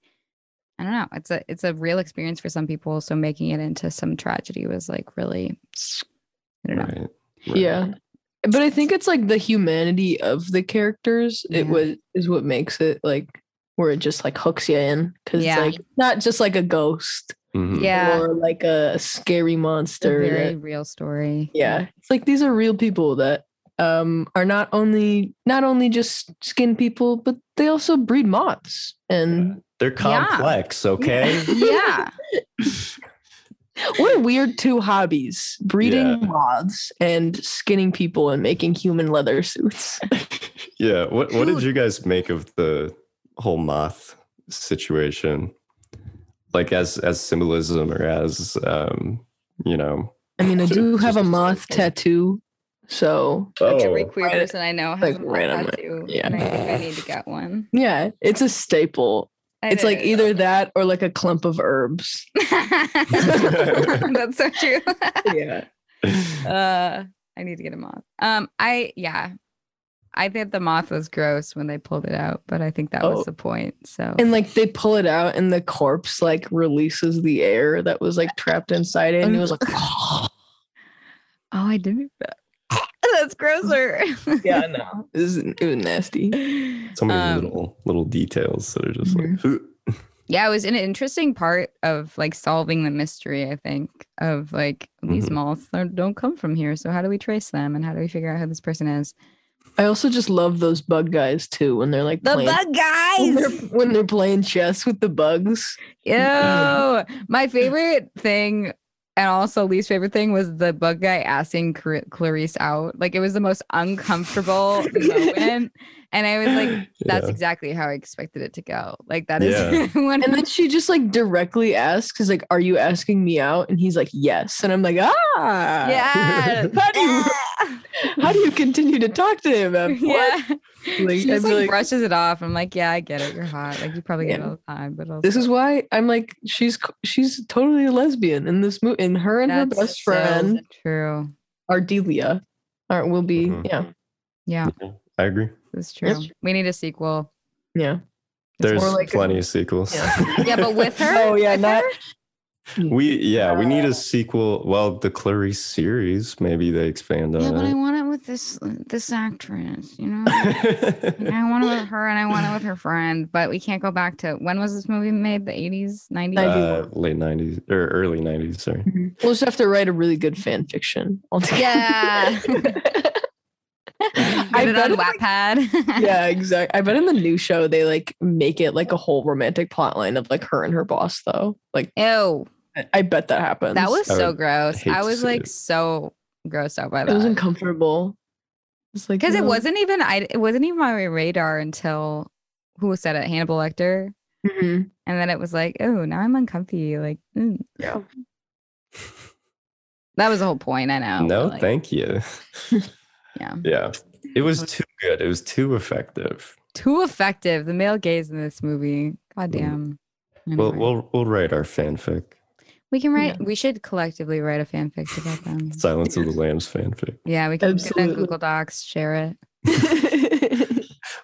I don't know. It's a it's a real experience for some people. So making it into some tragedy was like really, I don't know. right. right. Yeah. But I think it's like the humanity of the characters. It Yeah. Mm-hmm. was is what makes it like where it just like hooks you in because Yeah. it's like not just like a ghost Mhm. Yeah, or like a scary it's a monster. very that- real story. yeah, it's like these are real people that um are not only not only just skin people, but they also breed moths. And They're Yeah. complex, okay? yeah. What a weird two hobbies breeding Yeah. moths and skinning people and making human leather suits. yeah. What what did Dude. you guys make of the whole moth situation? Like as as symbolism or as um, you know. I mean, I do have a Just- moth tattoo, so Every Oh, queer Right- person I know has like a right on my- tattoo. yeah. and I think I need to get one. yeah, it's a staple. I It's like did. either that or like a clump of herbs. That's so true. Yeah, uh i need to get a moth um i yeah i think the moth was gross when they pulled it out but i think that Oh. was the point so and like they pull it out, and the corpse like releases the air that was like trapped inside it, and it was like, oh i didn't that that's grosser yeah, no, it was, it was nasty. so many Um, little little details that are just Mm-hmm. like yeah it was an interesting part of like solving the mystery i think of like these Mhm. moths don't- don't come from here so how do we trace them and how do we figure out who this person is I also just love those bug guys too when they're like The playing, bug when they're, guys. when they're playing chess with the bugs. Ew. My favorite thing and also least favorite thing was the bug guy asking Clar- Clarice out. Like it was the most uncomfortable moment. And I was like, that's Yeah. exactly how I expected it to go. Like that is Yeah. when And then she just like directly asks, "Is like, are you asking me out?" And he's like, "Yes." And I'm like, "Ah, yeah. How do you Yeah. how do you continue to talk to him? Em? What? yeah. Like, She just I'd be like, like- brushes it off. I'm like, yeah, I get it. You're hot. Like you probably get it Yeah. all the time, but also, This is why I'm like, she's c- she's totally a lesbian in this movie. And her and that's her best so friend True. Ardelia are will be Mhm. yeah Yeah, I agree. that's true. That's We need a sequel. yeah. There's more like- plenty of sequels. Yeah. Yeah, but with her. Oh, yeah, with not- her? We yeah, we need Uh, a sequel. Well, the Clarice series, maybe they expand on Yeah, but I it. want it with this this actress. You know. And I want it with her and I want it with her friend, but we can't go back to when was this movie made? The 80s, 90s? I do uh, late nineties or early nineties, sorry. We'll just have to write a really good fan fiction. altogether. Yeah. I Put it bet on it's Wattpad. yeah, exactly. I bet in the new show they like make it like a whole romantic plot line of like her and her boss though. Like Ew. I- I bet that happens. That was I so would gross. hate I to was see like it. so grossed out by it was that. uncomfortable. It's like Because it no. wasn't even I it wasn't even on my radar until who said it? Hannibal Lecter. Mhm. And then it was like, oh, now I'm uncomfy. Like, mm. Yeah. that was the whole point. Oh, I know. no, but, like, thank you. Yeah. Yeah. It was too good. It was too effective. Too effective. The male gaze in this movie. God Mm. damn. I We'll know. we'll we'll write our fanfic. We can write. Yeah. We should collectively write a fanfic about them. Silence of the Lambs fanfic. Yeah, we can get on Absolutely. Google Docs, share it.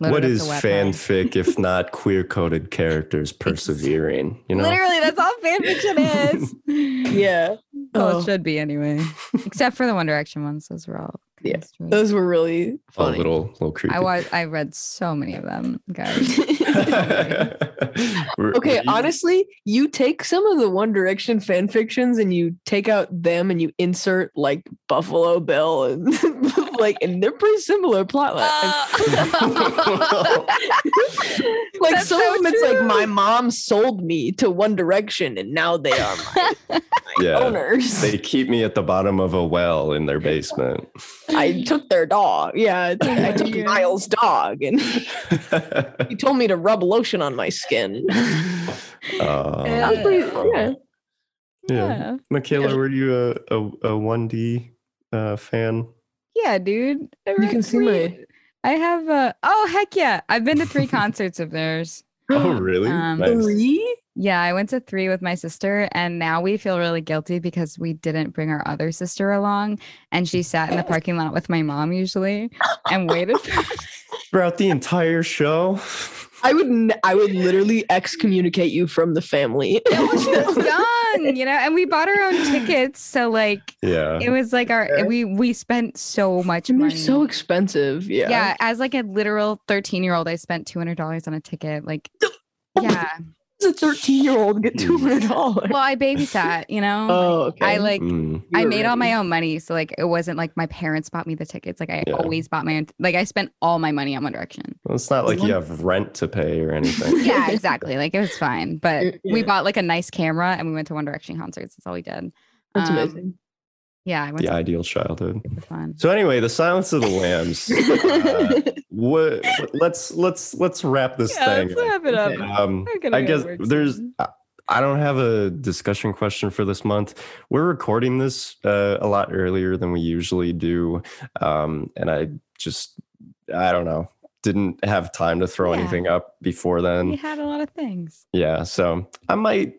load What it up is to Wattpad. fanfic if not queer coded characters persevering? You know? Literally, that's all fanfiction is. yeah. Well, Oh, it should be anyway, except for the One Direction ones. Those were all. Yeah, construed. those were really a funny. little little creepy. I was. I read so many of them, guys. Were- were okay, you- honestly, you take some of the One Direction fan fictions and you take out them and you insert like Buffalo Bill and like and they're pretty similar plot lines. Oh, like That's some so of them it's like true. my mom sold me to one direction and now they are my Yeah. Oh owners They keep me at the bottom of a well in their basement. i took their dog yeah I took- i took Yeah. miles dog and Uh, he told me to rub lotion on my skin Um, I'm pretty- yeah. Yeah. Michaela, were you a a, a 1D uh, fan? yeah, dude. I you read can see three- my I have. Uh, oh heck yeah! I've been to three concerts of theirs. Oh, really? Um, nice. three Yeah, I went to three with my sister, and now we feel really guilty because we didn't bring our other sister along, and she sat in the parking lot with my mom usually and waited. For- Throughout the entire show. i would n- i would literally excommunicate you from the family Yeah, well, she was young, you know, and we bought our own tickets, so like Yeah. it was like our Fair. we we spent so much and they're money. so expensive yeah yeah. as like a literal thirteen year old, I spent two hundred dollars on a ticket. Like, yeah, Does a 13 year old get 200 dollars well, I babysat, you know. oh okay I like Mm. I You're made all my ready. own money, so like it wasn't like my parents bought me the tickets. Like I Yeah. always bought my own. Like I spent all my money on One Direction. Well, it's not like you have rent to pay or anything. Yeah, exactly. Like it was fine, but we Yeah. bought like a nice camera and we went to One Direction concerts. That's all we did. that's um, amazing Yeah, I went the to ideal childhood. it was fun. So anyway, the Silence of the Lambs. uh, what, let's let's let's wrap this thing. up. wrap it up. Um, I guess there's. I- I don't have a discussion question for this month. We're recording this uh, a lot earlier than we usually do, um, and I just I don't know didn't have time to throw Yeah. anything up before we then. had a lot of things. Yeah, so I might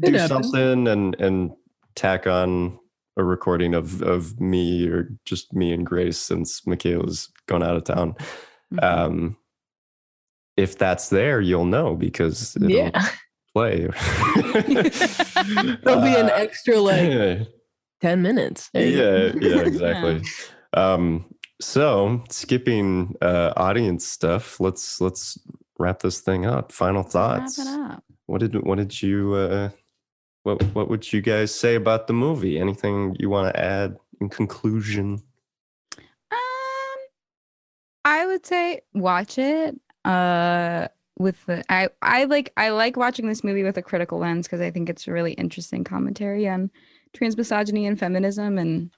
do happens. something and and tack on a recording of of me or just me and Grace since Michaela's gone out of town. Mhm. Um, if that's there, you'll know because it'll yeah play. there'll be an Uh, extra like 10 minutes. There you go. yeah, yeah, exactly. Um, so skipping uh, audience stuff, let's let's wrap this thing up. Final Wrap thoughts. it up. What did what did you uh, what what would you guys say about the movie? Anything you want to add in conclusion? Um, I would say watch it. Uh with the I I like I like watching this movie with a critical lens because I think it's a really interesting commentary on trans misogyny and feminism and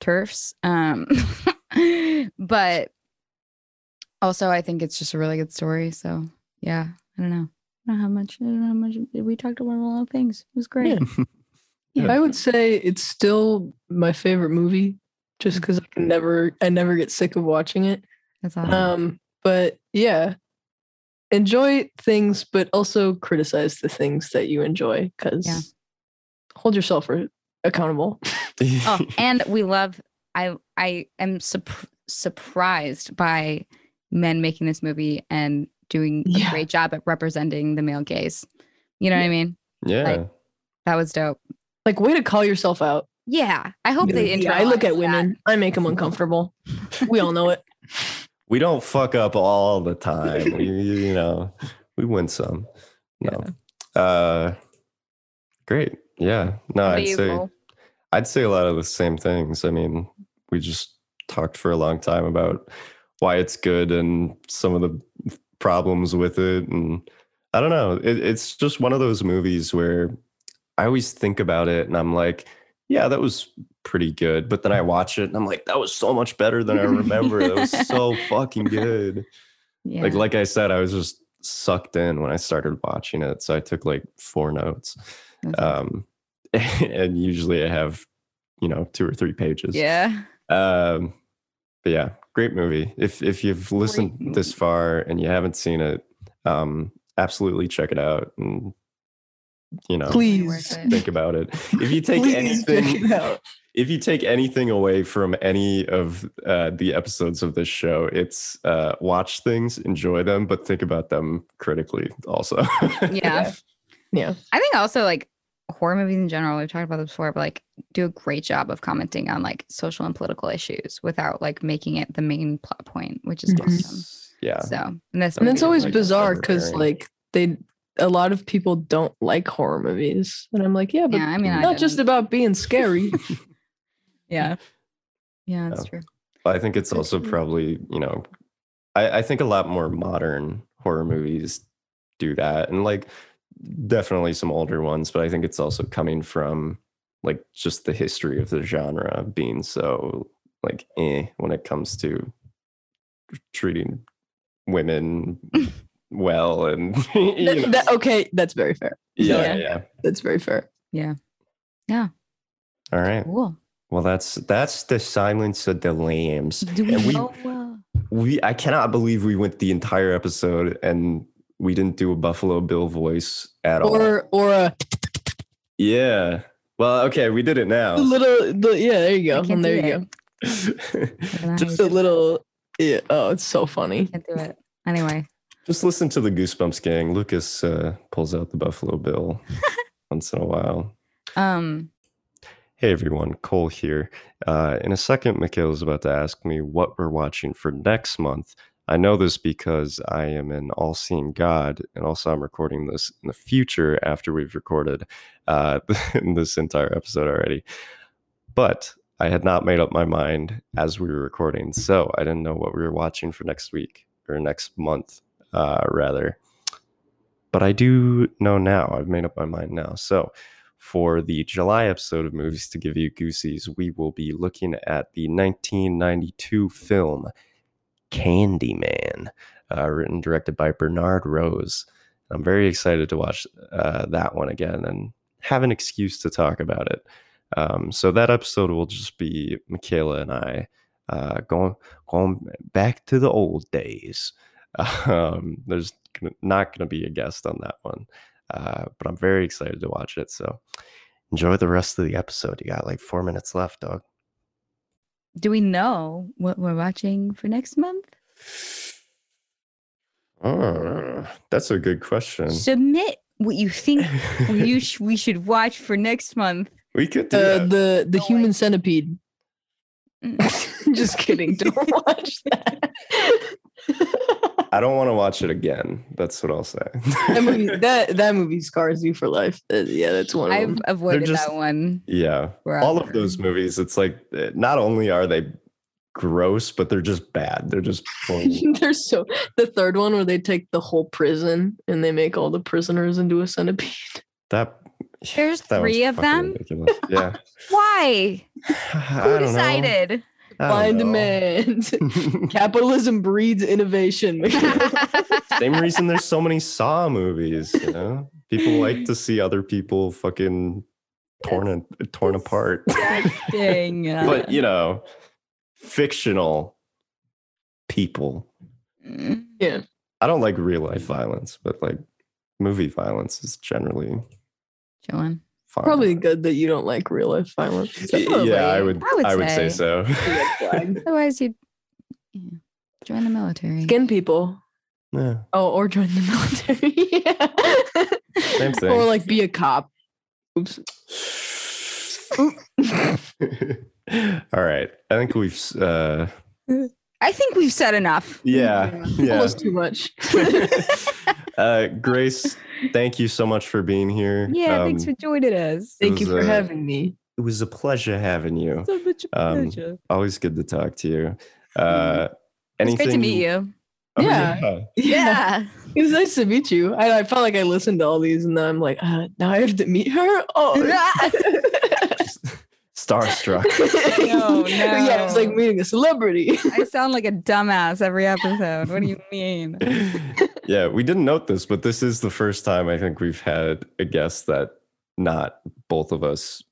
turfs. Um but also I think it's just a really good story. So yeah, I don't know. I don't know how much I don't know how much we talked about a lot of things. It was great. Yeah. I would say it's still my favorite movie just because I can never I never get sick of watching it. That's awesome. Um, but yeah, enjoy things, but also criticize the things that you enjoy because Yeah. hold yourself re- accountable. oh, and we love. I I am surp- surprised by men making this movie and doing a Yeah. great job at representing the male gaze. You know what I mean? yeah. like- That was dope. Like, way to call yourself out. Yeah, I hope they. Yeah, I look internalize at that. women. I make them uncomfortable. We all know it. we don't fuck up all the time. we, you know, we win some. No. Uh, great. Yeah. No, What do I'd you say Cole? I'd say a lot of the same things. I mean, we just talked for a long time about why it's good and some of the problems with it. And I don't know. It, it's just one of those movies where I always think about it and I'm like, yeah, that was pretty good. But then I watch it and I'm like, that was so much better than I remember. that was so fucking good. Yeah. Like, like I said, I was just sucked in when I started watching it. So I took like four notes That's awesome. um, and usually I have, you know, two or three pages. yeah. Um, but yeah, great movie. If if you've listened Great this far and you haven't seen it, um, absolutely check it out and you know Please. Worth it. think about it. If you take Please check anything, it out. if you take anything away from any of uh, the episodes of this show, it's uh, watch things, enjoy them, but think about them critically also. Yeah. Yeah. I think also like horror movies in general, we've talked about this before, but like do a great job of commenting on like social and political issues without like making it the main plot point, which is Mhm. awesome. yeah. So and this And it's movie, always like, bizarre because, overbearing. like, they, a lot of people don't like horror movies. And I'm like, yeah, but yeah, I mean I not just didn't. about being scary. yeah. Yeah, that's Yeah. true. But I think it's also Mhm. probably, you know, I, I think a lot more modern horror movies do that. And like definitely some older ones, but I think it's also coming from like just the history of the genre being so like eh when it comes to treating women well and you That- know. that- okay, that's very fair. yeah, yeah. yeah. That's very fair. All right. Cool. Well that's that's the silence of the lambs. Do we, And we- know uh, we I cannot believe we went the entire episode and we didn't do a Buffalo Bill voice at all. Or or a Yeah. Well, okay, we did it now. little, the- yeah, there you go. I can't And there do you it. go. I don't know how just, Just a little. Yeah. Oh, it's so funny. can't do it. Anyway. just listen to the Goosebumps gang. Lucas uh, pulls out the Buffalo Bill once in a while. Um Hey everyone, Cole here. Uh, in a second, Mikhail is about to ask me what we're watching for next month. I know this because I am an all seeing God, and also I'm recording this in the future after we've recorded uh, this entire episode already. But I had not made up my mind as we were recording, so I didn't know what we were watching for next week or next month, uh, rather. But I do know now. I've made up my mind now. So for the July episode of Movies to Give You Goosies, we will be looking at the 1992 film Candyman, uh, written and directed by Bernard Rose. I'm very excited to watch uh, that one again and have an excuse to talk about it. Um, so that episode will just be Michaela and I uh, going going back to the old days. Um, there's gonna, not going to be a guest on that one, uh, but I'm very excited to watch it. So enjoy the rest of the episode. You got like four minutes left, dog. do we know what we're watching for next month? Oh, that's a good question. Submit what you think you sh- we should watch for next month. we could do Uh, that. the the No, human wait. centipede. Mm. Just kidding. Don't watch that. I don't want to watch it again. That's what I'll say. that movie that that movie scars you for life. Uh, yeah, that's one of I've them. avoided Um, just- that one. yeah. All of forever. those movies, it's like eh, not only are they gross, but they're just bad. They're just plain. They're so the third one where they take the whole prison and they make all the prisoners into a centipede. that. There's that one's three of fucking them? ridiculous. Yeah. Why? I Who don't know. decided? I don't Blind know. demand. Capitalism breeds innovation. Same reason there's so many Saw movies. You know, people like to see other people fucking torn and torn apart. Dang. but you know, fictional people. Mm. yeah. I don't like real life violence, but like movie violence is generally Chillin'. fine. Probably good that you don't like real life violence. probably. Yeah, I would. I would, say. so. Red flag. Otherwise, you'd yeah. join the military. Skin people. yeah. Oh, or join the military. yeah. Same thing. Or like be a cop. Oops. All right. I think we've. Uh, I think we've said enough. yeah. Yeah. Almost too much. uh, Grace, thank you so much for being here. Yeah, Um, thanks for joining us. It Thank you was, for uh, having me. It was a pleasure having you. So much a um, pleasure. Mm-hmm. Always good to talk to you. Uh, anything? It's great to meet you. Oh, Yeah. Yeah. It was nice to meet you. I, I felt like I listened to all these and then I'm like, uh, now I have to meet her. Oh. Starstruck. No, Yeah, it's like no. meeting a celebrity. I sound like a dumbass every episode. What do you mean? yeah, we didn't note this, but this is the first time I think we've had a guest that not both of us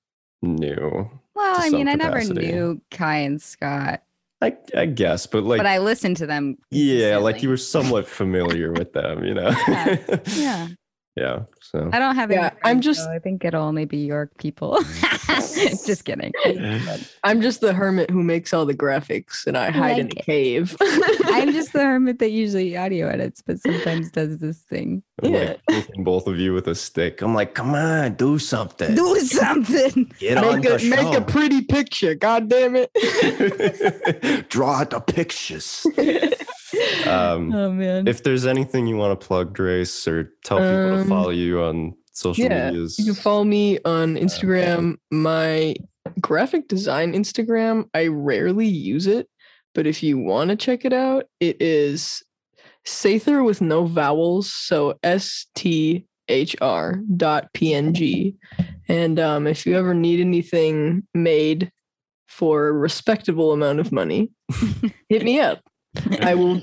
knew. Well, To I some mean, I never capacity. knew Kai and Scott, I, I guess, but like, but I listened to them. yeah, like consistently. you were somewhat familiar with them, you know? Yeah, Yeah. Yeah, So, I don't have any. Yeah, I'm friends, just- though. I think it'll only be York people. just kidding. I'm just the hermit who makes all the graphics and I hide in Like a it. cave. I'm just the hermit that usually audio edits, but sometimes does this thing. I'm Yeah. like poking both of you with a stick. I'm like, come on, do something. Do something. Get on make the a, make a pretty picture. God damn it. show. Draw the pictures. Um, Oh man. if there's anything you want to plug, Grace, or tell people Um, to follow you on social yeah, medias. You can follow me on Instagram. My graphic design Instagram, I rarely use it, but if you want to check it out, it is Sather with no vowels. So S T H R dot PNG. And um, if you ever need anything made for a respectable amount of money, hit me up. I will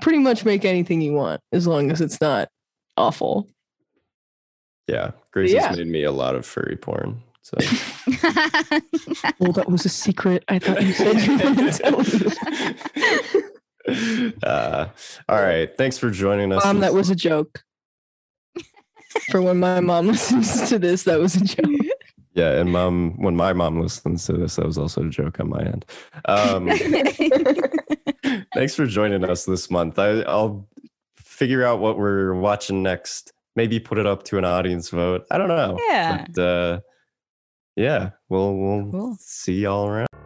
pretty much make anything you want as long as it's not awful. yeah, Grace Yeah. has made me a lot of furry porn. So. Well, that was a secret. I thought you said you wanted to tell me. uh, all right. Thanks for joining us. Mom, that was a joke. For when my mom listens to this, that was a joke. yeah, and mom, when my mom listens to this, that was also a joke on my end. Um, thanks for joining us this month. I, I'll figure out what we're watching next. Maybe put it up to an audience vote. I don't know. yeah. But, uh, yeah, we'll we'll Cool. see y'all around.